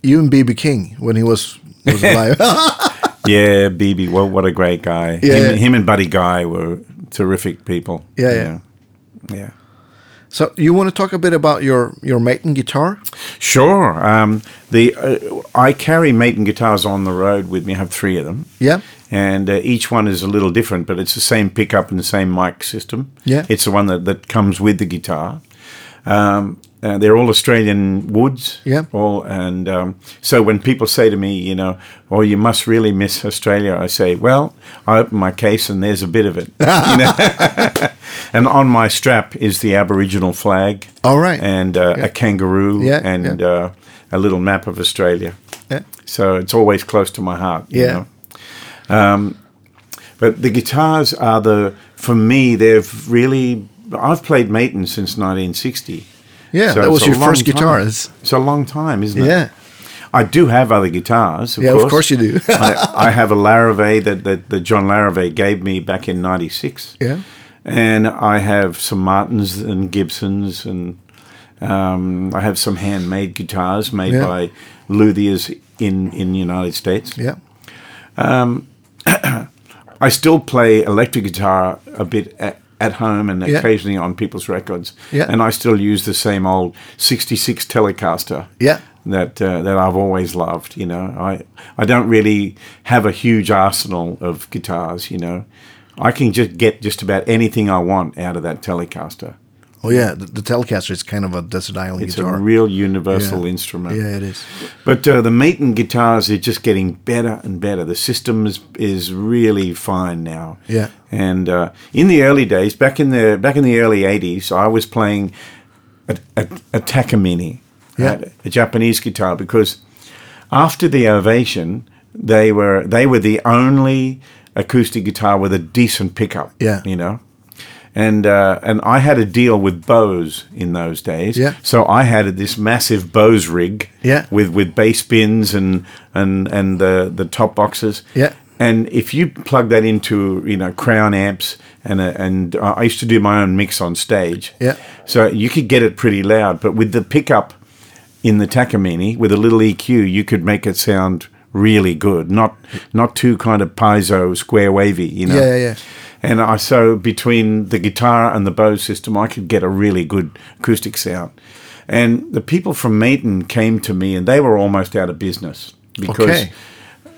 [SPEAKER 1] you and BB King when he was was alive.
[SPEAKER 2] [LAUGHS]
[SPEAKER 1] [LAUGHS]
[SPEAKER 2] Yeah, BB, well, what a great guy.
[SPEAKER 1] Yeah.
[SPEAKER 2] Him, him and Buddy Guy were terrific people.
[SPEAKER 1] Yeah,
[SPEAKER 2] yeah. yeah.
[SPEAKER 1] so you want to talk a bit about your your Maiden guitar?
[SPEAKER 2] Sure. Um, the uh, I carry Maiden guitars on the road with me. I have three of them.
[SPEAKER 1] Yeah.
[SPEAKER 2] and uh, each one is a little different, but it's the same pickup and the same mic system.
[SPEAKER 1] Yeah.
[SPEAKER 2] it's the one that, that comes with the guitar. Um, uh, they're all Australian woods.
[SPEAKER 1] Yeah.
[SPEAKER 2] All and um, so when people say to me, you know, "Oh, you must really miss Australia," I say, "Well, I open my case and there's a bit of it."
[SPEAKER 1] [LAUGHS]
[SPEAKER 2] you know? [LAUGHS] and on my strap is the Aboriginal flag.
[SPEAKER 1] All right.
[SPEAKER 2] And uh, a kangaroo.
[SPEAKER 1] Yeah,
[SPEAKER 2] And Uh, a little map of Australia.
[SPEAKER 1] Yeah.
[SPEAKER 2] So it's always close to my heart. you
[SPEAKER 1] Yeah.
[SPEAKER 2] know. Um, But the guitars are the, for me, they've really, I've played Maton since 1960.
[SPEAKER 1] Yeah,
[SPEAKER 2] So
[SPEAKER 1] that was
[SPEAKER 2] it's a
[SPEAKER 1] your
[SPEAKER 2] long
[SPEAKER 1] first
[SPEAKER 2] time.
[SPEAKER 1] guitar.
[SPEAKER 2] It's a long time, isn't it?
[SPEAKER 1] Yeah.
[SPEAKER 2] I do have other guitars. Of
[SPEAKER 1] Yeah, of
[SPEAKER 2] course.
[SPEAKER 1] course you do.
[SPEAKER 2] I, [LAUGHS] I have a Larrivee that, that, that John Larrivee gave me back in '96.
[SPEAKER 1] Yeah.
[SPEAKER 2] And I have some Martins and Gibsons, and um, I have some handmade guitars made
[SPEAKER 1] Yeah.
[SPEAKER 2] by luthiers in in the United States.
[SPEAKER 1] Yeah.
[SPEAKER 2] I still play electric guitar a bit at, at home and
[SPEAKER 1] Yeah.
[SPEAKER 2] occasionally on people's records.
[SPEAKER 1] Yeah.
[SPEAKER 2] And I still use the same old 66 Telecaster.
[SPEAKER 1] Yeah.
[SPEAKER 2] That, uh, that I've always loved, you know. I I don't really have a huge arsenal of guitars, you know. I can just get just about anything I want out of that Telecaster.
[SPEAKER 1] Oh yeah, the, the Telecaster is kind of a desert island
[SPEAKER 2] It's
[SPEAKER 1] guitar.
[SPEAKER 2] a real universal
[SPEAKER 1] Yeah.
[SPEAKER 2] instrument.
[SPEAKER 1] yeah, it is.
[SPEAKER 2] But uh, the Maton guitars are just getting better and better. The system is, is really fine now.
[SPEAKER 1] Yeah.
[SPEAKER 2] And uh, in the early days, back in the back in the early '80s, I was playing a, a, a Takamine,
[SPEAKER 1] Yeah.
[SPEAKER 2] right, a Japanese guitar, because after the Ovation, they were they were the only acoustic guitar with a decent pickup.
[SPEAKER 1] Yeah.
[SPEAKER 2] You know. And, uh, and I had a deal with Bose in those days.
[SPEAKER 1] Yeah.
[SPEAKER 2] So I had this massive Bose rig
[SPEAKER 1] Yeah.
[SPEAKER 2] with with bass bins and and and the the top boxes.
[SPEAKER 1] Yeah.
[SPEAKER 2] And if you plug that into you know crown amps and a, and uh, I used to do my own mix on stage.
[SPEAKER 1] Yeah.
[SPEAKER 2] So you could get it pretty loud, but with the pickup in the Takamine with a little EQ, you could make it sound really good. Not not too kind of piezo square wavy, you know.
[SPEAKER 1] Yeah, yeah, yeah.
[SPEAKER 2] And I so between the guitar and the Bose system, I could get a really good acoustic sound. And the people from Maton came to me, and they were almost out of business because
[SPEAKER 1] Okay.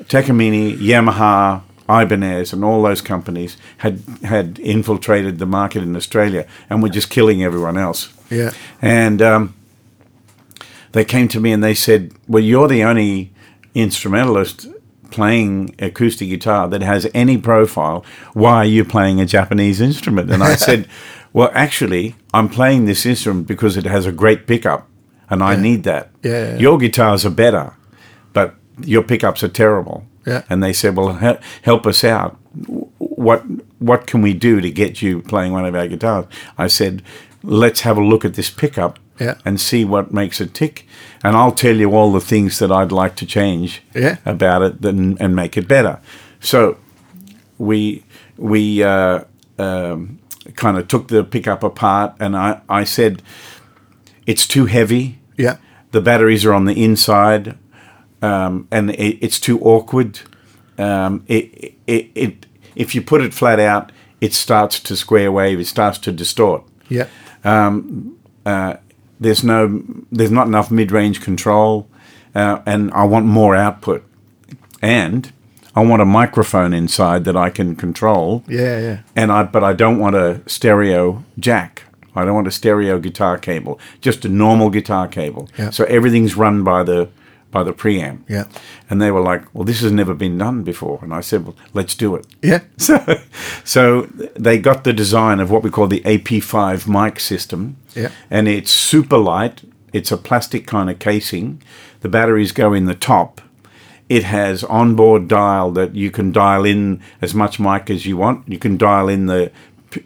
[SPEAKER 2] Takamine, Yamaha, Ibanez, and all those companies had had infiltrated the market in Australia and were just killing everyone else.
[SPEAKER 1] Yeah.
[SPEAKER 2] And um, they came to me and they said, "Well, you're the only instrumentalist playing acoustic guitar that has any profile. Why are you playing a Japanese instrument?" And I
[SPEAKER 1] [LAUGHS]
[SPEAKER 2] said, "Well, actually, I'm playing this instrument because it has a great pickup, and I need that.
[SPEAKER 1] Yeah, yeah, yeah.
[SPEAKER 2] Your guitars are better, but your pickups are terrible."
[SPEAKER 1] Yeah.
[SPEAKER 2] And they said, "Well, he- help us out. W- What what can we do to get you playing one of our guitars?" I said, "Let's have a look at this pickup
[SPEAKER 1] Yeah.
[SPEAKER 2] and see what makes it tick. And I'll tell you all the things that I'd like to change
[SPEAKER 1] Yeah.
[SPEAKER 2] about it then, and make it better. So we we uh, um, kind of took the pickup apart, and I, I said, it's too heavy.
[SPEAKER 1] Yeah.
[SPEAKER 2] The batteries are on the inside, um, and it, it's too awkward. Um, it, it, it, if you put it flat out, it starts to square wave, it starts to distort
[SPEAKER 1] Yeah.
[SPEAKER 2] there's no there's not enough mid-range control uh, and I want more output and I want a microphone inside that I can control
[SPEAKER 1] Yeah, yeah.
[SPEAKER 2] and I but I don't want a stereo jack I don't want a stereo guitar cable just a normal guitar cable
[SPEAKER 1] Yeah.
[SPEAKER 2] so everything's run by the by the preamp
[SPEAKER 1] Yeah.
[SPEAKER 2] and they were like well this has never been done before and I said well let's do it
[SPEAKER 1] Yeah.
[SPEAKER 2] [LAUGHS] so, so they got the design of what we call the AP5 mic system.
[SPEAKER 1] Yeah.
[SPEAKER 2] And it's super light. It's a plastic kind of casing. The batteries go in the top. It has onboard dial that you can dial in as much mic as you want. You can dial in the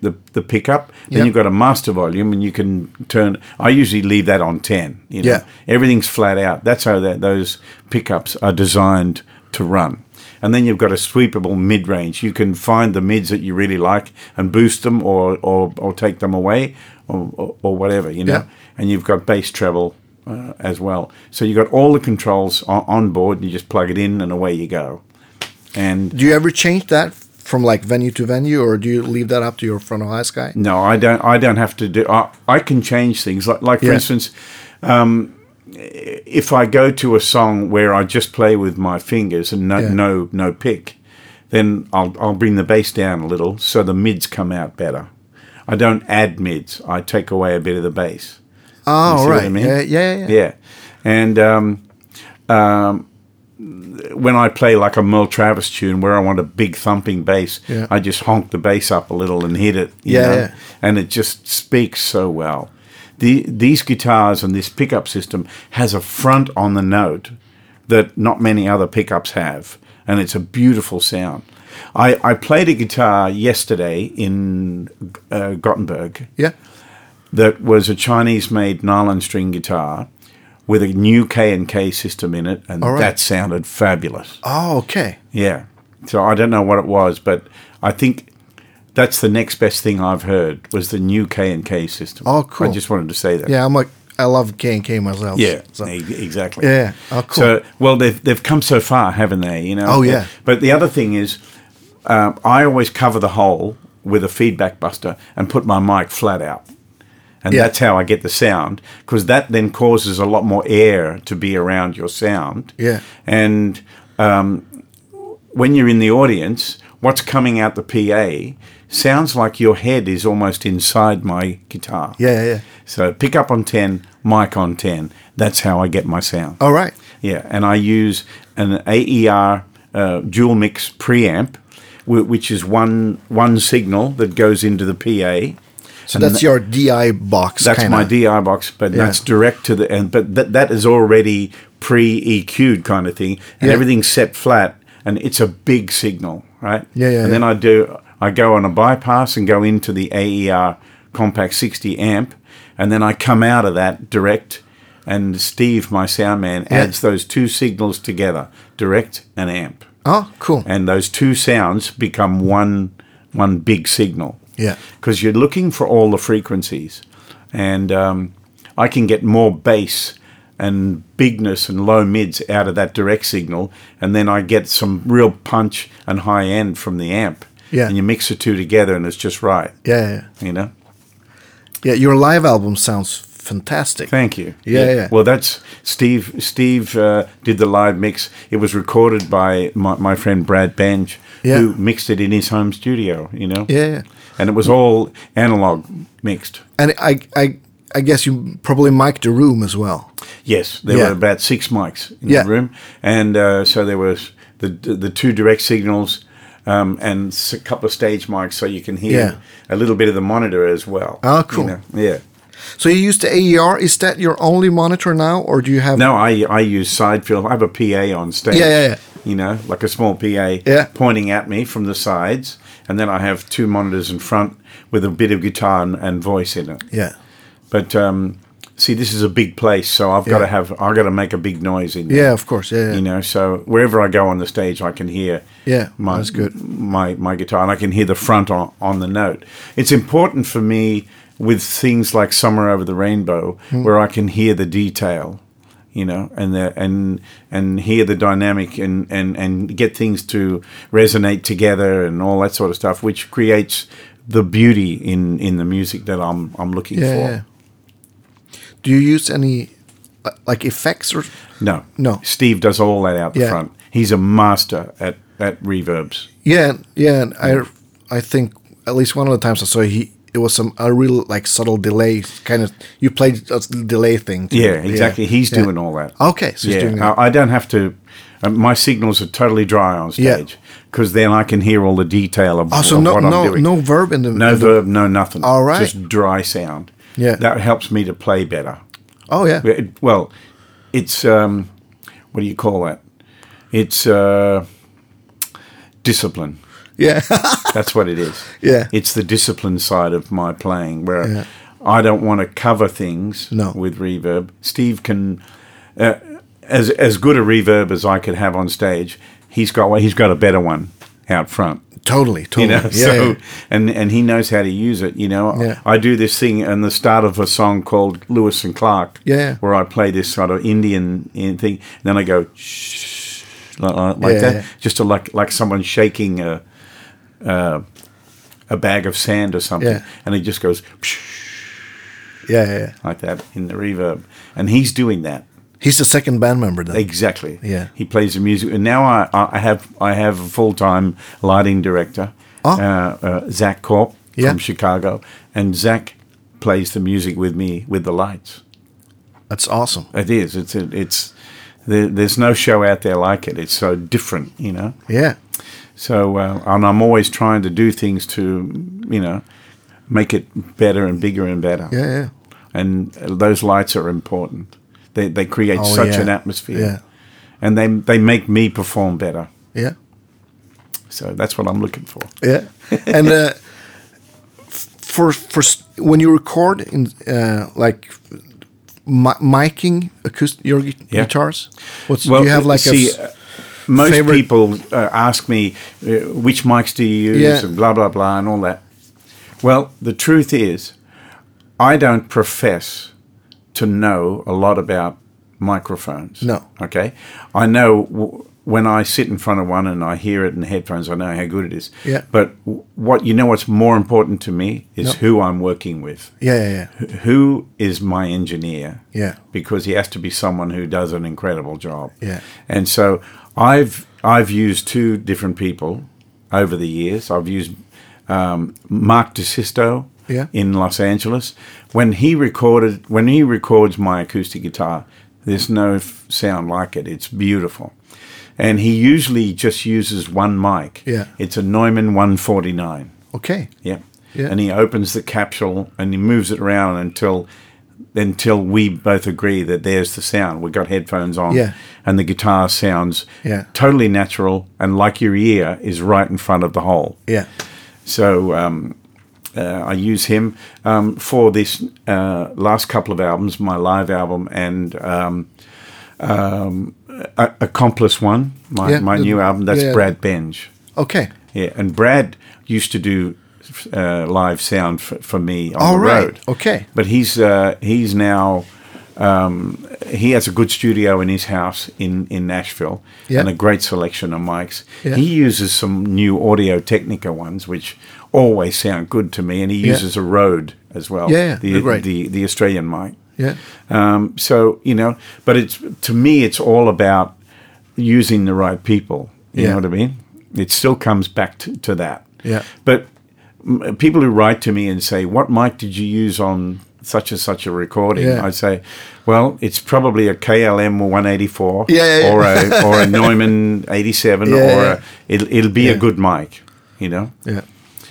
[SPEAKER 2] the, the pickup. Then
[SPEAKER 1] Yeah.
[SPEAKER 2] you've got a master volume, and you can turn. I usually leave that on ten. You know?
[SPEAKER 1] Yeah.
[SPEAKER 2] Everything's flat out. That's how that those pickups are designed to run. And then you've got a sweepable mid range. You can find the mids that you really like and boost them or, or, or take them away or, or, or whatever, you know.
[SPEAKER 1] Yeah.
[SPEAKER 2] And you've got bass treble uh, as well. So you've got all the controls on, on board and you just plug it in and away you go. And
[SPEAKER 1] Do you ever change that from like venue to venue, or do you leave that up to your front of house guy?
[SPEAKER 2] No, I don't. I don't have to do. I, I can change things. Like, like for
[SPEAKER 1] Yeah.
[SPEAKER 2] instance, um, if I go to a song where I just play with my fingers and no,
[SPEAKER 1] Yeah.
[SPEAKER 2] no, no pick, then I'll, I'll bring the bass down a little so the mids come out better. I don't add mids, I take away a bit of the bass. You
[SPEAKER 1] Oh,
[SPEAKER 2] see what
[SPEAKER 1] right.
[SPEAKER 2] I mean?
[SPEAKER 1] yeah, yeah, yeah, yeah.
[SPEAKER 2] Yeah. And um, um, when I play like a Merle Travis tune where I want a big thumping bass,
[SPEAKER 1] Yeah.
[SPEAKER 2] I just honk the bass up a little and hit it. you
[SPEAKER 1] Yeah,
[SPEAKER 2] know?
[SPEAKER 1] yeah.
[SPEAKER 2] And it just speaks so well. The, these guitars and this pickup system has a front on the note that not many other pickups have, and it's a beautiful sound. I, I played a guitar yesterday in uh, Gothenburg
[SPEAKER 1] Yeah.
[SPEAKER 2] that was a Chinese-made nylon string guitar with a new K and K system in it, and
[SPEAKER 1] right.
[SPEAKER 2] that sounded fabulous.
[SPEAKER 1] Oh, okay.
[SPEAKER 2] Yeah. So I don't know what it was, but I think that's the next best thing I've heard was the new K and K system.
[SPEAKER 1] Oh, cool.
[SPEAKER 2] I just wanted to say that.
[SPEAKER 1] Yeah, I'm like, I love K and K myself.
[SPEAKER 2] Yeah,
[SPEAKER 1] So.
[SPEAKER 2] e- exactly.
[SPEAKER 1] Yeah. Oh, cool.
[SPEAKER 2] So, well, they've they've come so far, haven't they? You know.
[SPEAKER 1] Oh, yeah.
[SPEAKER 2] But the other thing is, um, I always cover the hole with a feedback buster and put my mic flat out, and
[SPEAKER 1] Yeah.
[SPEAKER 2] that's how I get the sound because that then causes a lot more air to be around your sound.
[SPEAKER 1] Yeah.
[SPEAKER 2] And um, when you're in the audience, what's coming out the PA sounds like your head is almost inside my guitar.
[SPEAKER 1] Yeah, yeah, yeah.
[SPEAKER 2] So pick up on 10, mic on 10. That's how I get my sound.
[SPEAKER 1] All right.
[SPEAKER 2] Yeah, and I use an AER uh, dual mix preamp, wh- which is one one signal that goes into the PA.
[SPEAKER 1] So that's your DI box.
[SPEAKER 2] That's
[SPEAKER 1] kinda.
[SPEAKER 2] my DI box, but
[SPEAKER 1] Yeah.
[SPEAKER 2] that's direct to the and but that that is already pre EQ'd kind of thing, and
[SPEAKER 1] Yeah.
[SPEAKER 2] everything's set flat, and it's a big signal, right?
[SPEAKER 1] Yeah, yeah,
[SPEAKER 2] And then
[SPEAKER 1] yeah.
[SPEAKER 2] I do I go on a bypass and go into the E AER Compact 60 amp, and then I come out of that direct, and Steve, my sound man, adds those two signals together, direct and amp,
[SPEAKER 1] Oh, cool.
[SPEAKER 2] and those two sounds become one one big signal
[SPEAKER 1] Yeah.
[SPEAKER 2] because you're looking for all the frequencies, and um, I can get more bass and bigness and low mids out of that direct signal, and then I get some real punch and high end from the amp.
[SPEAKER 1] Yeah.
[SPEAKER 2] and you mix the two together, and it's just right.
[SPEAKER 1] Yeah, yeah.
[SPEAKER 2] You know.
[SPEAKER 1] Yeah, your live album sounds fantastic.
[SPEAKER 2] Thank you.
[SPEAKER 1] Yeah, yeah.
[SPEAKER 2] Well, that's Steve. Steve uh, did the live mix. It was recorded by my, my friend Brad Benj,
[SPEAKER 1] Yeah.
[SPEAKER 2] who mixed it in his home studio. You know.
[SPEAKER 1] Yeah, yeah.
[SPEAKER 2] And it was all analog mixed.
[SPEAKER 1] And I, I, I guess you probably mic'd the room as well.
[SPEAKER 2] Yes, there
[SPEAKER 1] Yeah.
[SPEAKER 2] were about six mics in
[SPEAKER 1] Yeah.
[SPEAKER 2] the room, and uh, so there was the the two direct signals um, and s- a couple of stage mics, so you can hear
[SPEAKER 1] Yeah.
[SPEAKER 2] a little bit of the monitor as well.
[SPEAKER 1] Ah,
[SPEAKER 2] you
[SPEAKER 1] cool.
[SPEAKER 2] know, Yeah.
[SPEAKER 1] So you use the AER. Is that your only monitor now, or do you have?
[SPEAKER 2] No, I I use side fill. I have a PA on stage.
[SPEAKER 1] Yeah, yeah, yeah.
[SPEAKER 2] You know, like a small PA
[SPEAKER 1] Yeah.
[SPEAKER 2] pointing at me from the sides, and then I have two monitors in front with a bit of guitar and, and voice in it.
[SPEAKER 1] Yeah.
[SPEAKER 2] But um, see, this is a big place, so I've got to
[SPEAKER 1] Yeah.
[SPEAKER 2] have I've got to make a big noise in there.
[SPEAKER 1] Yeah, of course. Yeah, yeah.
[SPEAKER 2] you know so wherever i go on the stage i can hear
[SPEAKER 1] Yeah,
[SPEAKER 2] my,
[SPEAKER 1] that's good.
[SPEAKER 2] my my guitar and i can hear the front on, on the note it's important for me with things like summer over the rainbow
[SPEAKER 1] Hmm.
[SPEAKER 2] where i can hear the detail you know and the and and hear the dynamic and and and get things to resonate together and all that sort of stuff which creates the beauty in in the music that i'm i'm looking
[SPEAKER 1] yeah,
[SPEAKER 2] for
[SPEAKER 1] yeah. Do you use any uh, like effects or?
[SPEAKER 2] no
[SPEAKER 1] No.
[SPEAKER 2] steve does all that out the
[SPEAKER 1] Yeah.
[SPEAKER 2] front he's a master at at reverbs
[SPEAKER 1] Yeah, yeah. And I, I think at least one of the times I saw he. It was some a real like subtle delay kind of you played a s- delay thing. to
[SPEAKER 2] Yeah,
[SPEAKER 1] it.
[SPEAKER 2] exactly. He's
[SPEAKER 1] yeah.
[SPEAKER 2] doing all that.
[SPEAKER 1] Okay, so he's
[SPEAKER 2] yeah,
[SPEAKER 1] doing that.
[SPEAKER 2] I I don't have to. uh, my signals are totally dry on
[SPEAKER 1] Yeah.
[SPEAKER 2] stage because then I can hear all the detail of,
[SPEAKER 1] Oh, so
[SPEAKER 2] of
[SPEAKER 1] no,
[SPEAKER 2] what I'm
[SPEAKER 1] no,
[SPEAKER 2] doing.
[SPEAKER 1] no verb in the
[SPEAKER 2] no
[SPEAKER 1] in the-
[SPEAKER 2] verb, no nothing.
[SPEAKER 1] All right.
[SPEAKER 2] just dry sound.
[SPEAKER 1] Yeah.
[SPEAKER 2] that helps me to play better.
[SPEAKER 1] Oh yeah,
[SPEAKER 2] Well, it- Well, it's um, what do you call that? It's uh, discipline.
[SPEAKER 1] yeah, [LAUGHS]
[SPEAKER 2] That's what it is.
[SPEAKER 1] Yeah.
[SPEAKER 2] It's the discipline side of my playing where
[SPEAKER 1] Yeah.
[SPEAKER 2] I don't want to cover things
[SPEAKER 1] No.
[SPEAKER 2] with reverb. Steve can, uh, as as good a reverb as I could have on stage, he's got one- he's got a better one out front.
[SPEAKER 1] totally, totally.
[SPEAKER 2] [LAUGHS] You know,
[SPEAKER 1] yeah,
[SPEAKER 2] so
[SPEAKER 1] yeah.
[SPEAKER 2] and and he knows how to use it. You know,
[SPEAKER 1] Yeah.
[SPEAKER 2] I do this thing in the start of a song called Lewis and Clark.
[SPEAKER 1] Yeah.
[SPEAKER 2] where I play this sort of Indian in- thing, and then I go shh like, like like
[SPEAKER 1] Yeah,
[SPEAKER 2] that,
[SPEAKER 1] yeah.
[SPEAKER 2] just to like like someone shaking a. Uh, a bag of sand or something,
[SPEAKER 1] Yeah.
[SPEAKER 2] and he just goes
[SPEAKER 1] yeah, yeah, yeah.
[SPEAKER 2] like that in the reverb, and he's doing that.
[SPEAKER 1] He's the second band member then.
[SPEAKER 2] Exactly.
[SPEAKER 1] Yeah.
[SPEAKER 2] He plays the music, and now I, I I have I have a full time lighting director,
[SPEAKER 1] Ah.
[SPEAKER 2] uh, uh, Zach Corp
[SPEAKER 1] Yeah.
[SPEAKER 2] from Chicago, and Zach plays the music with me with the lights.
[SPEAKER 1] That's awesome.
[SPEAKER 2] It is. It's it, it's there, there's no show out there like it. It's so different, you know.
[SPEAKER 1] Yeah.
[SPEAKER 2] So uh, and I'm always trying to do things to you know make it better and bigger and better.
[SPEAKER 1] Yeah, yeah.
[SPEAKER 2] And those lights are important. They they create
[SPEAKER 1] Oh,
[SPEAKER 2] such
[SPEAKER 1] yeah.
[SPEAKER 2] an atmosphere.
[SPEAKER 1] Yeah.
[SPEAKER 2] And they they make me perform better.
[SPEAKER 1] Yeah.
[SPEAKER 2] So that's what I'm looking for. [LAUGHS]
[SPEAKER 1] Yeah, and uh, f- for for s- when you record in uh, like mi- miking acoustic your gu-
[SPEAKER 2] Yeah.
[SPEAKER 1] guitars, what's do you have like a
[SPEAKER 2] see,
[SPEAKER 1] s-
[SPEAKER 2] uh, most
[SPEAKER 1] favorite-
[SPEAKER 2] people uh, ask me uh, which mics do you use
[SPEAKER 1] Yeah.
[SPEAKER 2] and blah blah blah and all that. Well, the truth is, I don't profess to know a lot about microphones.
[SPEAKER 1] No.
[SPEAKER 2] Okay, I know. W- when I sit in front of one and I hear it in headphones, I know how good it is.
[SPEAKER 1] Yeah.
[SPEAKER 2] But w- what you know, what's more important to me is who I'm working with.
[SPEAKER 1] yeah yeah yeah
[SPEAKER 2] who is my engineer?
[SPEAKER 1] Yeah.
[SPEAKER 2] Because he has to be someone who does an incredible job.
[SPEAKER 1] Yeah.
[SPEAKER 2] And so I've I've used two different people over the years. I've used um, Mark DeSisto
[SPEAKER 1] Yeah.
[SPEAKER 2] in Los Angeles. When he recorded when he records my acoustic guitar, there's no f- sound like it. It's beautiful. And he usually just uses one mic.
[SPEAKER 1] Yeah.
[SPEAKER 2] It's a Neumann 149.
[SPEAKER 1] okay
[SPEAKER 2] Yeah.
[SPEAKER 1] Yeah.
[SPEAKER 2] And he opens the capsule and he moves it around until until we both agree that there's the sound. We've got headphones on
[SPEAKER 1] Yeah.
[SPEAKER 2] and the guitar sounds
[SPEAKER 1] Yeah.
[SPEAKER 2] totally natural and like your ear is right in front of the hole.
[SPEAKER 1] yeah
[SPEAKER 2] So um, uh, I use him um, for this uh, last couple of albums, my live album and um, um, A- Accomplice One, my,
[SPEAKER 1] Yeah,
[SPEAKER 2] my
[SPEAKER 1] the-
[SPEAKER 2] new album. That's
[SPEAKER 1] yeah.
[SPEAKER 2] Brad Benj.
[SPEAKER 1] okay
[SPEAKER 2] Yeah, and Brad used to do uh, live sound for, for me on
[SPEAKER 1] all
[SPEAKER 2] the
[SPEAKER 1] Oh, right
[SPEAKER 2] road.
[SPEAKER 1] okay
[SPEAKER 2] But he's uh, he's now um, he has a good studio in his house in in Nashville
[SPEAKER 1] Yeah.
[SPEAKER 2] and a great selection of mics.
[SPEAKER 1] Yeah.
[SPEAKER 2] He uses some new Audio Technica ones, which always sound good to me, and he
[SPEAKER 1] Yeah.
[SPEAKER 2] uses a Rode as well.
[SPEAKER 1] Yeah, yeah,
[SPEAKER 2] the,
[SPEAKER 1] right.
[SPEAKER 2] the the Australian mic.
[SPEAKER 1] yeah
[SPEAKER 2] Um, so you know, but it's to me, it's all about using the right people. You
[SPEAKER 1] Yeah.
[SPEAKER 2] know what I mean? It still comes back to, to that.
[SPEAKER 1] Yeah.
[SPEAKER 2] But m- people who write to me and say, "What mic did you use on such and such a recording?"
[SPEAKER 1] Yeah.
[SPEAKER 2] I say, "Well, it's probably a KLM 184,
[SPEAKER 1] Yeah, yeah,
[SPEAKER 2] or a
[SPEAKER 1] [LAUGHS]
[SPEAKER 2] or a Neumann 87,
[SPEAKER 1] Yeah,
[SPEAKER 2] or
[SPEAKER 1] yeah.
[SPEAKER 2] A, it'll, it'll be a good mic." You know.
[SPEAKER 1] yeah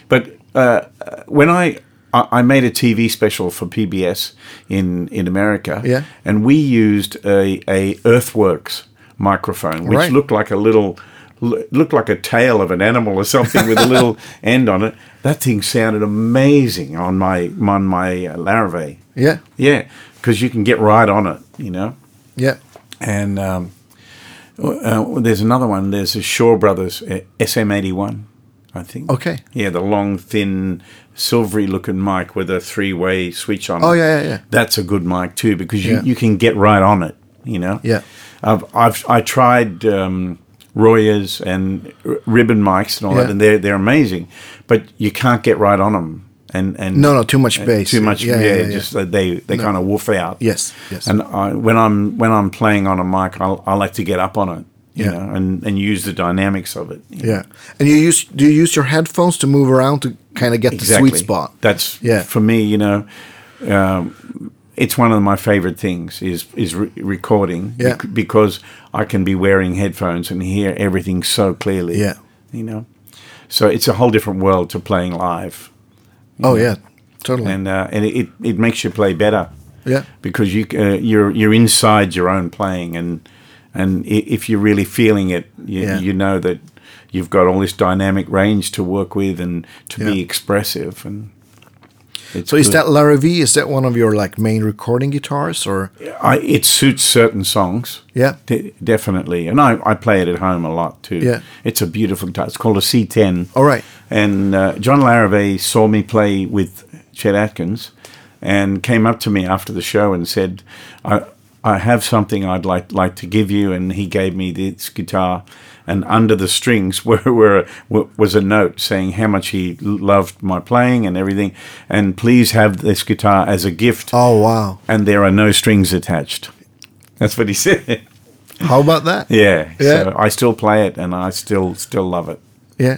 [SPEAKER 2] But uh, when I, I I made a TV special for PBS in in America,
[SPEAKER 1] Yeah.
[SPEAKER 2] and we used a, a Earthworks microphone, which
[SPEAKER 1] Right.
[SPEAKER 2] looked like a little lo- looked like a tail of an animal or something with a
[SPEAKER 1] [LAUGHS]
[SPEAKER 2] little end on it. That thing sounded amazing on my on my uh, Larrave.
[SPEAKER 1] yeah
[SPEAKER 2] Yeah, because you can get right on it, you know.
[SPEAKER 1] yeah
[SPEAKER 2] And um, w- uh, there's another one. There's a Shaw Brothers uh, SM81, I think.
[SPEAKER 1] Okay.
[SPEAKER 2] Yeah, the long, thin, silvery-looking mic with a three-way switch on.
[SPEAKER 1] Oh,
[SPEAKER 2] it.
[SPEAKER 1] yeah, yeah, yeah.
[SPEAKER 2] That's a good mic too because you,
[SPEAKER 1] Yeah.
[SPEAKER 2] you can get right on it. You know.
[SPEAKER 1] Yeah.
[SPEAKER 2] I've I've I tried um, Royers and r- ribbon mics and all that,
[SPEAKER 1] Yeah.
[SPEAKER 2] and they're they're amazing, but you can't get right on them. And and
[SPEAKER 1] No, no, too much
[SPEAKER 2] and
[SPEAKER 1] bass.
[SPEAKER 2] Uh, Too much.
[SPEAKER 1] Yeah,
[SPEAKER 2] Yeah,
[SPEAKER 1] yeah, yeah, yeah.
[SPEAKER 2] just that they they kind of woof out.
[SPEAKER 1] Yes, yes.
[SPEAKER 2] And I, when I'm when I'm playing on a mic, I'll, I like to get up on it, you
[SPEAKER 1] Yeah.
[SPEAKER 2] know, and, and use the dynamics of it.
[SPEAKER 1] yeah and you use do you use your headphones to move around to kind of get the sweet spot
[SPEAKER 2] That's
[SPEAKER 1] Yeah.
[SPEAKER 2] for me, you know. Um, it's one of my favorite things is is re- recording
[SPEAKER 1] Yeah.
[SPEAKER 2] bec- because I can be wearing headphones and hear everything so clearly.
[SPEAKER 1] Yeah.
[SPEAKER 2] You know. So it's a whole different world to playing live
[SPEAKER 1] oh yeah totally
[SPEAKER 2] and uh, and it, it makes you play better.
[SPEAKER 1] Yeah.
[SPEAKER 2] because you uh, you're you're inside your own playing, and and i- if you're really feeling it, you,
[SPEAKER 1] Yeah.
[SPEAKER 2] you know that you've got all this dynamic range to work with and to be
[SPEAKER 1] Yeah.
[SPEAKER 2] expressive. And it's
[SPEAKER 1] so is
[SPEAKER 2] good.
[SPEAKER 1] that Larry V is that one of your like main recording guitars or
[SPEAKER 2] I, it suits certain songs?
[SPEAKER 1] Yeah.
[SPEAKER 2] de- definitely. And I, I play it at home a lot too.
[SPEAKER 1] Yeah.
[SPEAKER 2] it's a beautiful guitar. It's called a C10.
[SPEAKER 1] all right
[SPEAKER 2] And uh, John Larrabee saw me play with Chet Atkins and came up to me after the show and said, I, I have something I'd like, like to give you. And he gave me this guitar. And under the strings [LAUGHS] were, were, were, was a note saying how much he loved my playing and everything. And please have this guitar as a gift.
[SPEAKER 1] oh wow
[SPEAKER 2] And there are no strings attached. That's what he said.
[SPEAKER 1] How about that?
[SPEAKER 2] [LAUGHS] yeah.
[SPEAKER 1] Yeah.
[SPEAKER 2] So I still play it, and I still still love it.
[SPEAKER 1] Yeah.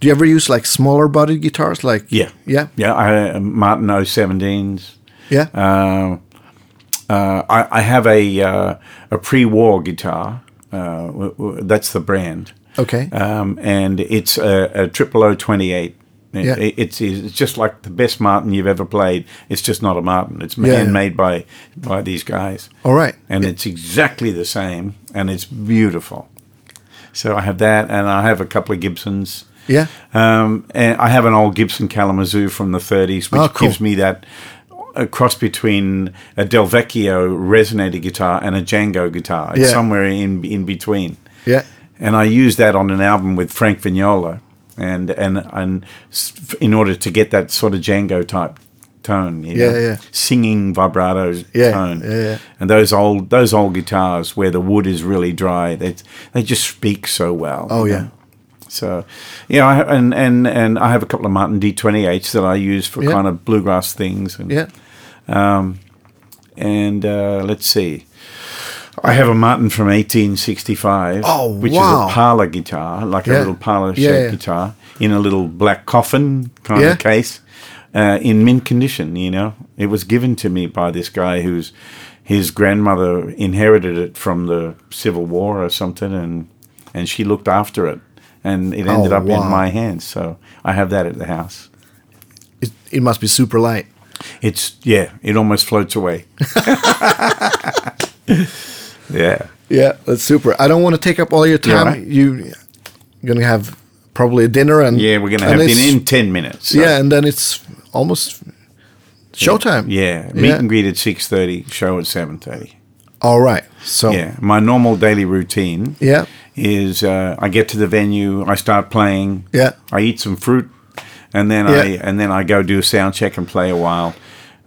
[SPEAKER 1] Do you ever use like smaller bodied guitars? Like
[SPEAKER 2] Yeah.
[SPEAKER 1] yeah,
[SPEAKER 2] Yeah. I, Martin 017s.
[SPEAKER 1] yeah.
[SPEAKER 2] Uh, uh, I, I have a uh, a pre-war guitar. Uh, w- w- that's the brand.
[SPEAKER 1] okay.
[SPEAKER 2] Um, and it's a, a 0028. It-
[SPEAKER 1] Yeah.
[SPEAKER 2] it's, it's just like the best Martin you've ever played. It's just not a Martin. It's
[SPEAKER 1] Yeah.
[SPEAKER 2] handmade by by these guys.
[SPEAKER 1] All right.
[SPEAKER 2] And it's exactly the same, and it's beautiful. So I have that, and I have a couple of Gibsons.
[SPEAKER 1] yeah.
[SPEAKER 2] Um, and I have an old Gibson Kalamazoo from the 30s, which
[SPEAKER 1] Oh, cool.
[SPEAKER 2] gives me that a cross between a Delvecchio resonator guitar and a Django guitar. It's
[SPEAKER 1] Yeah.
[SPEAKER 2] somewhere in in between.
[SPEAKER 1] Yeah.
[SPEAKER 2] And I used that on an album with Frank Vignola, and and and s- in order to get that sort of Django type tone, you
[SPEAKER 1] Yeah,
[SPEAKER 2] know,
[SPEAKER 1] yeah.
[SPEAKER 2] singing vibrato
[SPEAKER 1] Yeah,
[SPEAKER 2] tone,
[SPEAKER 1] yeah, yeah.
[SPEAKER 2] and those old those old guitars where the wood is really dry, they they just speak so well.
[SPEAKER 1] Oh
[SPEAKER 2] you
[SPEAKER 1] yeah.
[SPEAKER 2] know? So, yeah, I, and and and I have a couple of Martin D28s that I use for
[SPEAKER 1] Yeah.
[SPEAKER 2] kind of bluegrass things, and
[SPEAKER 1] Yeah.
[SPEAKER 2] and uh, let's see, I have a Martin from 1865,
[SPEAKER 1] Oh,
[SPEAKER 2] which
[SPEAKER 1] wow.
[SPEAKER 2] is a parlor guitar, like
[SPEAKER 1] Yeah.
[SPEAKER 2] a little parlor shaped
[SPEAKER 1] Yeah, yeah.
[SPEAKER 2] guitar, in a little black coffin kind
[SPEAKER 1] Yeah.
[SPEAKER 2] of case, uh, in mint condition. You know, it was given to me by this guy who's his grandmother inherited it from the Civil War or something, and and she looked after it. And it ended up
[SPEAKER 1] Oh, wow.
[SPEAKER 2] in my hands, so I have that at the house.
[SPEAKER 1] It, it must be super light.
[SPEAKER 2] It's yeah, it almost floats away. [LAUGHS] yeah.
[SPEAKER 1] Yeah, that's super. I don't want to take up all your
[SPEAKER 2] Yeah,
[SPEAKER 1] time.
[SPEAKER 2] right.
[SPEAKER 1] You gonna have probably a dinner and
[SPEAKER 2] Yeah, we're gonna
[SPEAKER 1] and
[SPEAKER 2] have dinner
[SPEAKER 1] it's-
[SPEAKER 2] in ten minutes. so-
[SPEAKER 1] Yeah, and then it's almost showtime.
[SPEAKER 2] Yeah. Meet and greet at six thirty, show at seven thirty.
[SPEAKER 1] All right. So
[SPEAKER 2] Yeah. My normal daily routine
[SPEAKER 1] yeah,
[SPEAKER 2] is uh, I get to the venue, I start playing,
[SPEAKER 1] Yeah.
[SPEAKER 2] I eat some fruit and then I
[SPEAKER 1] Yeah.
[SPEAKER 2] and then I go do a sound check and play a while.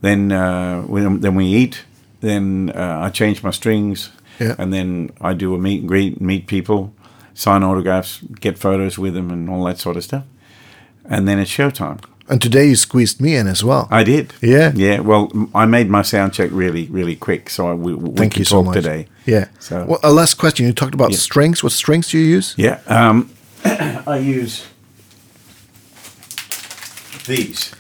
[SPEAKER 2] Then uh, we, then we eat, then uh, I change my strings
[SPEAKER 1] Yeah.
[SPEAKER 2] and then I do a meet and greet, meet people, sign autographs, get photos with them and all that sort of stuff. And then it's showtime.
[SPEAKER 1] And today you squeezed me in as well.
[SPEAKER 2] I did.
[SPEAKER 1] Yeah.
[SPEAKER 2] Yeah. Well, m- I made my sound check really, really quick, so I, we, we
[SPEAKER 1] Thank
[SPEAKER 2] can
[SPEAKER 1] you so
[SPEAKER 2] talk
[SPEAKER 1] much.
[SPEAKER 2] today.
[SPEAKER 1] Yeah.
[SPEAKER 2] So-
[SPEAKER 1] well, a last question. You talked about strings. What strings do you use?
[SPEAKER 2] Yeah. Um, [COUGHS] I use these.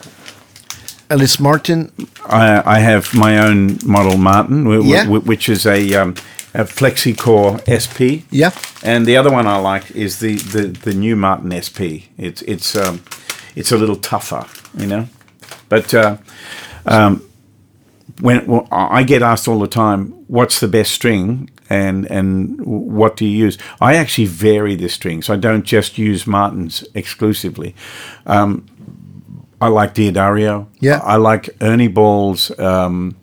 [SPEAKER 1] Alice Martin. Oh,
[SPEAKER 2] I, I have my own model Martin, wh- wh-
[SPEAKER 1] Yeah.
[SPEAKER 2] wh- which is a, um, a FlexiCore SP.
[SPEAKER 1] Yeah.
[SPEAKER 2] And the other one I like is the, the, the new Martin SP. It's it's um, it's a little tougher, you know. But uh, um, when well, I I get asked all the time, what's the best string and and what do you use? I actually vary the strings. I don't just use Martins exclusively. Um, I like Diodario.
[SPEAKER 1] Yeah.
[SPEAKER 2] I like Ernie Ball's um,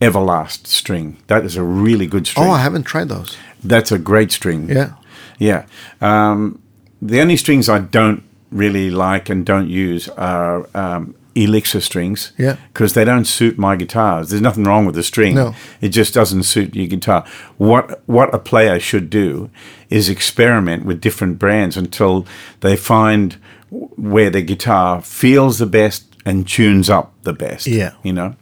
[SPEAKER 2] Everlast string. That is a really good string.
[SPEAKER 1] Oh, I haven't tried those.
[SPEAKER 2] That's a great string.
[SPEAKER 1] Yeah.
[SPEAKER 2] Yeah. Um, the only strings I don't really like and don't use are um, elixir strings.
[SPEAKER 1] Yeah.
[SPEAKER 2] Because they don't suit my guitars. There's nothing wrong with the string.
[SPEAKER 1] No.
[SPEAKER 2] It just doesn't suit your guitar. What what a player should do is experiment with different brands until they find w- where the guitar feels the best and tunes up the best
[SPEAKER 1] Yeah.
[SPEAKER 2] you know.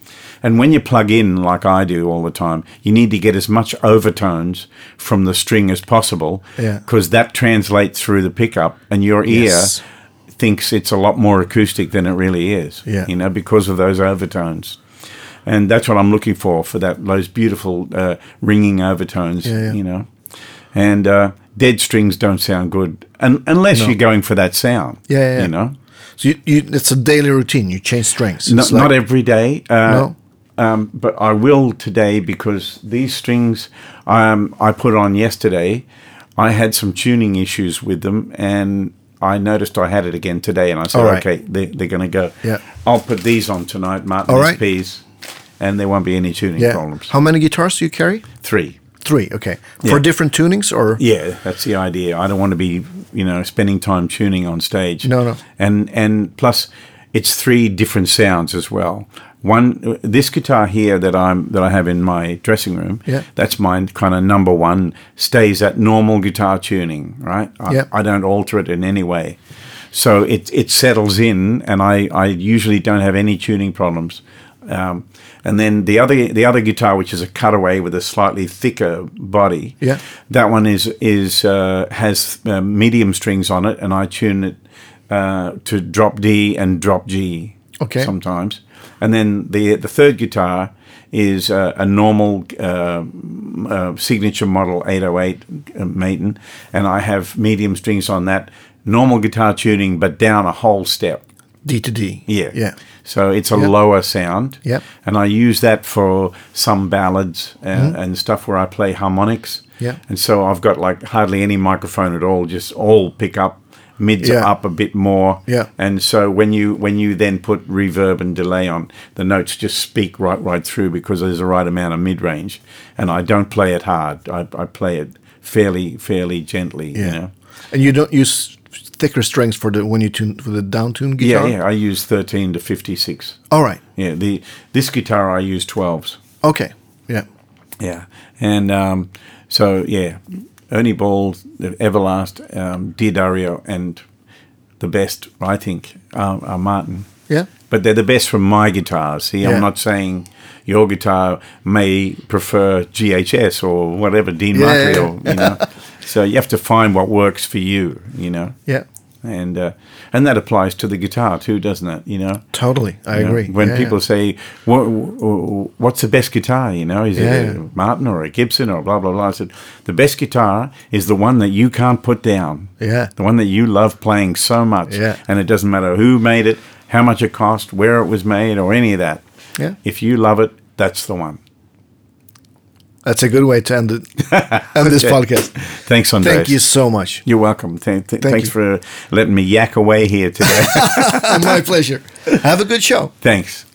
[SPEAKER 2] And when you plug in like I do all the time, you need to get as much overtones from the string as possible
[SPEAKER 1] Yeah.
[SPEAKER 2] because that translates through the pickup and your ear
[SPEAKER 1] Yes.
[SPEAKER 2] thinks it's a lot more acoustic than it really is,
[SPEAKER 1] Yeah.
[SPEAKER 2] you know, because of those overtones. And that's what I'm looking for for that those beautiful uh, ringing overtones,
[SPEAKER 1] Yeah, yeah.
[SPEAKER 2] you know. And uh, dead strings don't sound good un- unless you're going for that sound,
[SPEAKER 1] Yeah, yeah, yeah.
[SPEAKER 2] you know.
[SPEAKER 1] So you, you, it's a daily routine. You change strings.
[SPEAKER 2] No,
[SPEAKER 1] It's like-
[SPEAKER 2] not every day. Uh,
[SPEAKER 1] No?
[SPEAKER 2] Um, but I will today because these strings um, I put on yesterday, I had some tuning issues with them and I noticed I had it again today and I said,
[SPEAKER 1] All right.
[SPEAKER 2] okay, they, they're going to go.
[SPEAKER 1] Yeah.
[SPEAKER 2] I'll put these on tonight, Martin
[SPEAKER 1] All right.
[SPEAKER 2] SPs, and there won't be any tuning
[SPEAKER 1] yeah.
[SPEAKER 2] problems.
[SPEAKER 1] How many guitars do you carry?
[SPEAKER 2] Three.
[SPEAKER 1] Three. Okay.
[SPEAKER 2] Yeah.
[SPEAKER 1] For different tunings or?
[SPEAKER 2] Yeah, that's the idea. I don't want to be, you know, spending time tuning on stage.
[SPEAKER 1] No, no.
[SPEAKER 2] And and plus, it's three different sounds as well. One, this guitar here that I'm that I have in my dressing room.
[SPEAKER 1] Yeah.
[SPEAKER 2] That's my kind of number one. Stays at normal guitar tuning, right? I,
[SPEAKER 1] Yeah.
[SPEAKER 2] I don't alter it in any way. So it it settles in, and I I usually don't have any tuning problems. Um, and then the other the other guitar, which is a cutaway with a slightly thicker body,
[SPEAKER 1] Yeah.
[SPEAKER 2] that one is is uh, has uh, medium strings on it, and I tune it uh, to drop D and drop G.
[SPEAKER 1] Okay.
[SPEAKER 2] Sometimes, and then the the third guitar is uh, a normal uh, uh, signature model 808 uh, Maiden, and I have medium strings on that normal guitar tuning, but down a whole step.
[SPEAKER 1] D to D.
[SPEAKER 2] Yeah.
[SPEAKER 1] Yeah.
[SPEAKER 2] So it's a lower sound.
[SPEAKER 1] Yep.
[SPEAKER 2] And I use that for some ballads and,
[SPEAKER 1] Mm-hmm.
[SPEAKER 2] and stuff where I play harmonics.
[SPEAKER 1] Yeah.
[SPEAKER 2] And so I've got like hardly any microphone at all, just all pick up, mid to
[SPEAKER 1] Yeah.
[SPEAKER 2] up a bit more.
[SPEAKER 1] Yeah.
[SPEAKER 2] And so when you when you then put reverb and delay on, the notes just speak right right through because there's a right amount of mid range. And I don't play it hard. I, I play it fairly fairly gently. You know?
[SPEAKER 1] And you don't use thicker strings for the when you tune for the downtuned
[SPEAKER 2] Yeah,
[SPEAKER 1] guitar.
[SPEAKER 2] yeah. I use thirteen to fifty six.
[SPEAKER 1] All right.
[SPEAKER 2] Yeah, the this guitar I use twelves.
[SPEAKER 1] Okay. Yeah.
[SPEAKER 2] Yeah, and um, so yeah, Ernie Ball, Everlast, um, Dear Dario, and the best I think are, are Martin.
[SPEAKER 1] Yeah.
[SPEAKER 2] But they're the best from my guitars. See,
[SPEAKER 1] Yeah.
[SPEAKER 2] I'm not saying your guitar may prefer GHS or whatever Dean
[SPEAKER 1] Yeah,
[SPEAKER 2] Markley
[SPEAKER 1] yeah,
[SPEAKER 2] or
[SPEAKER 1] [LAUGHS]
[SPEAKER 2] you know. so you have to find what works for you, you know,
[SPEAKER 1] Yeah.
[SPEAKER 2] and uh, and that applies to the guitar too, doesn't it? You know.
[SPEAKER 1] Totally. I
[SPEAKER 2] You know,
[SPEAKER 1] agree.
[SPEAKER 2] When
[SPEAKER 1] Yeah,
[SPEAKER 2] people
[SPEAKER 1] yeah.
[SPEAKER 2] say, what, "What's the best guitar?" You know, is
[SPEAKER 1] Yeah.
[SPEAKER 2] it a Martin or a Gibson or blah blah blah? I said, "The best guitar is the one that you can't put down.
[SPEAKER 1] Yeah.
[SPEAKER 2] the one that you love playing so much.
[SPEAKER 1] Yeah.
[SPEAKER 2] and it doesn't matter who made it, how much it cost, where it was made, or any of that.
[SPEAKER 1] Yeah.
[SPEAKER 2] if you love it, that's the one."
[SPEAKER 1] that's a good way to end
[SPEAKER 2] [LAUGHS]
[SPEAKER 1] it. End this podcast.
[SPEAKER 2] Thanks, Andres.
[SPEAKER 1] Thank you so much. [LAUGHS]
[SPEAKER 2] You're welcome. Th- th- thanks
[SPEAKER 1] you.
[SPEAKER 2] for letting me yak away here today. [LAUGHS]
[SPEAKER 1] My pleasure. Have a good show.
[SPEAKER 2] thanks.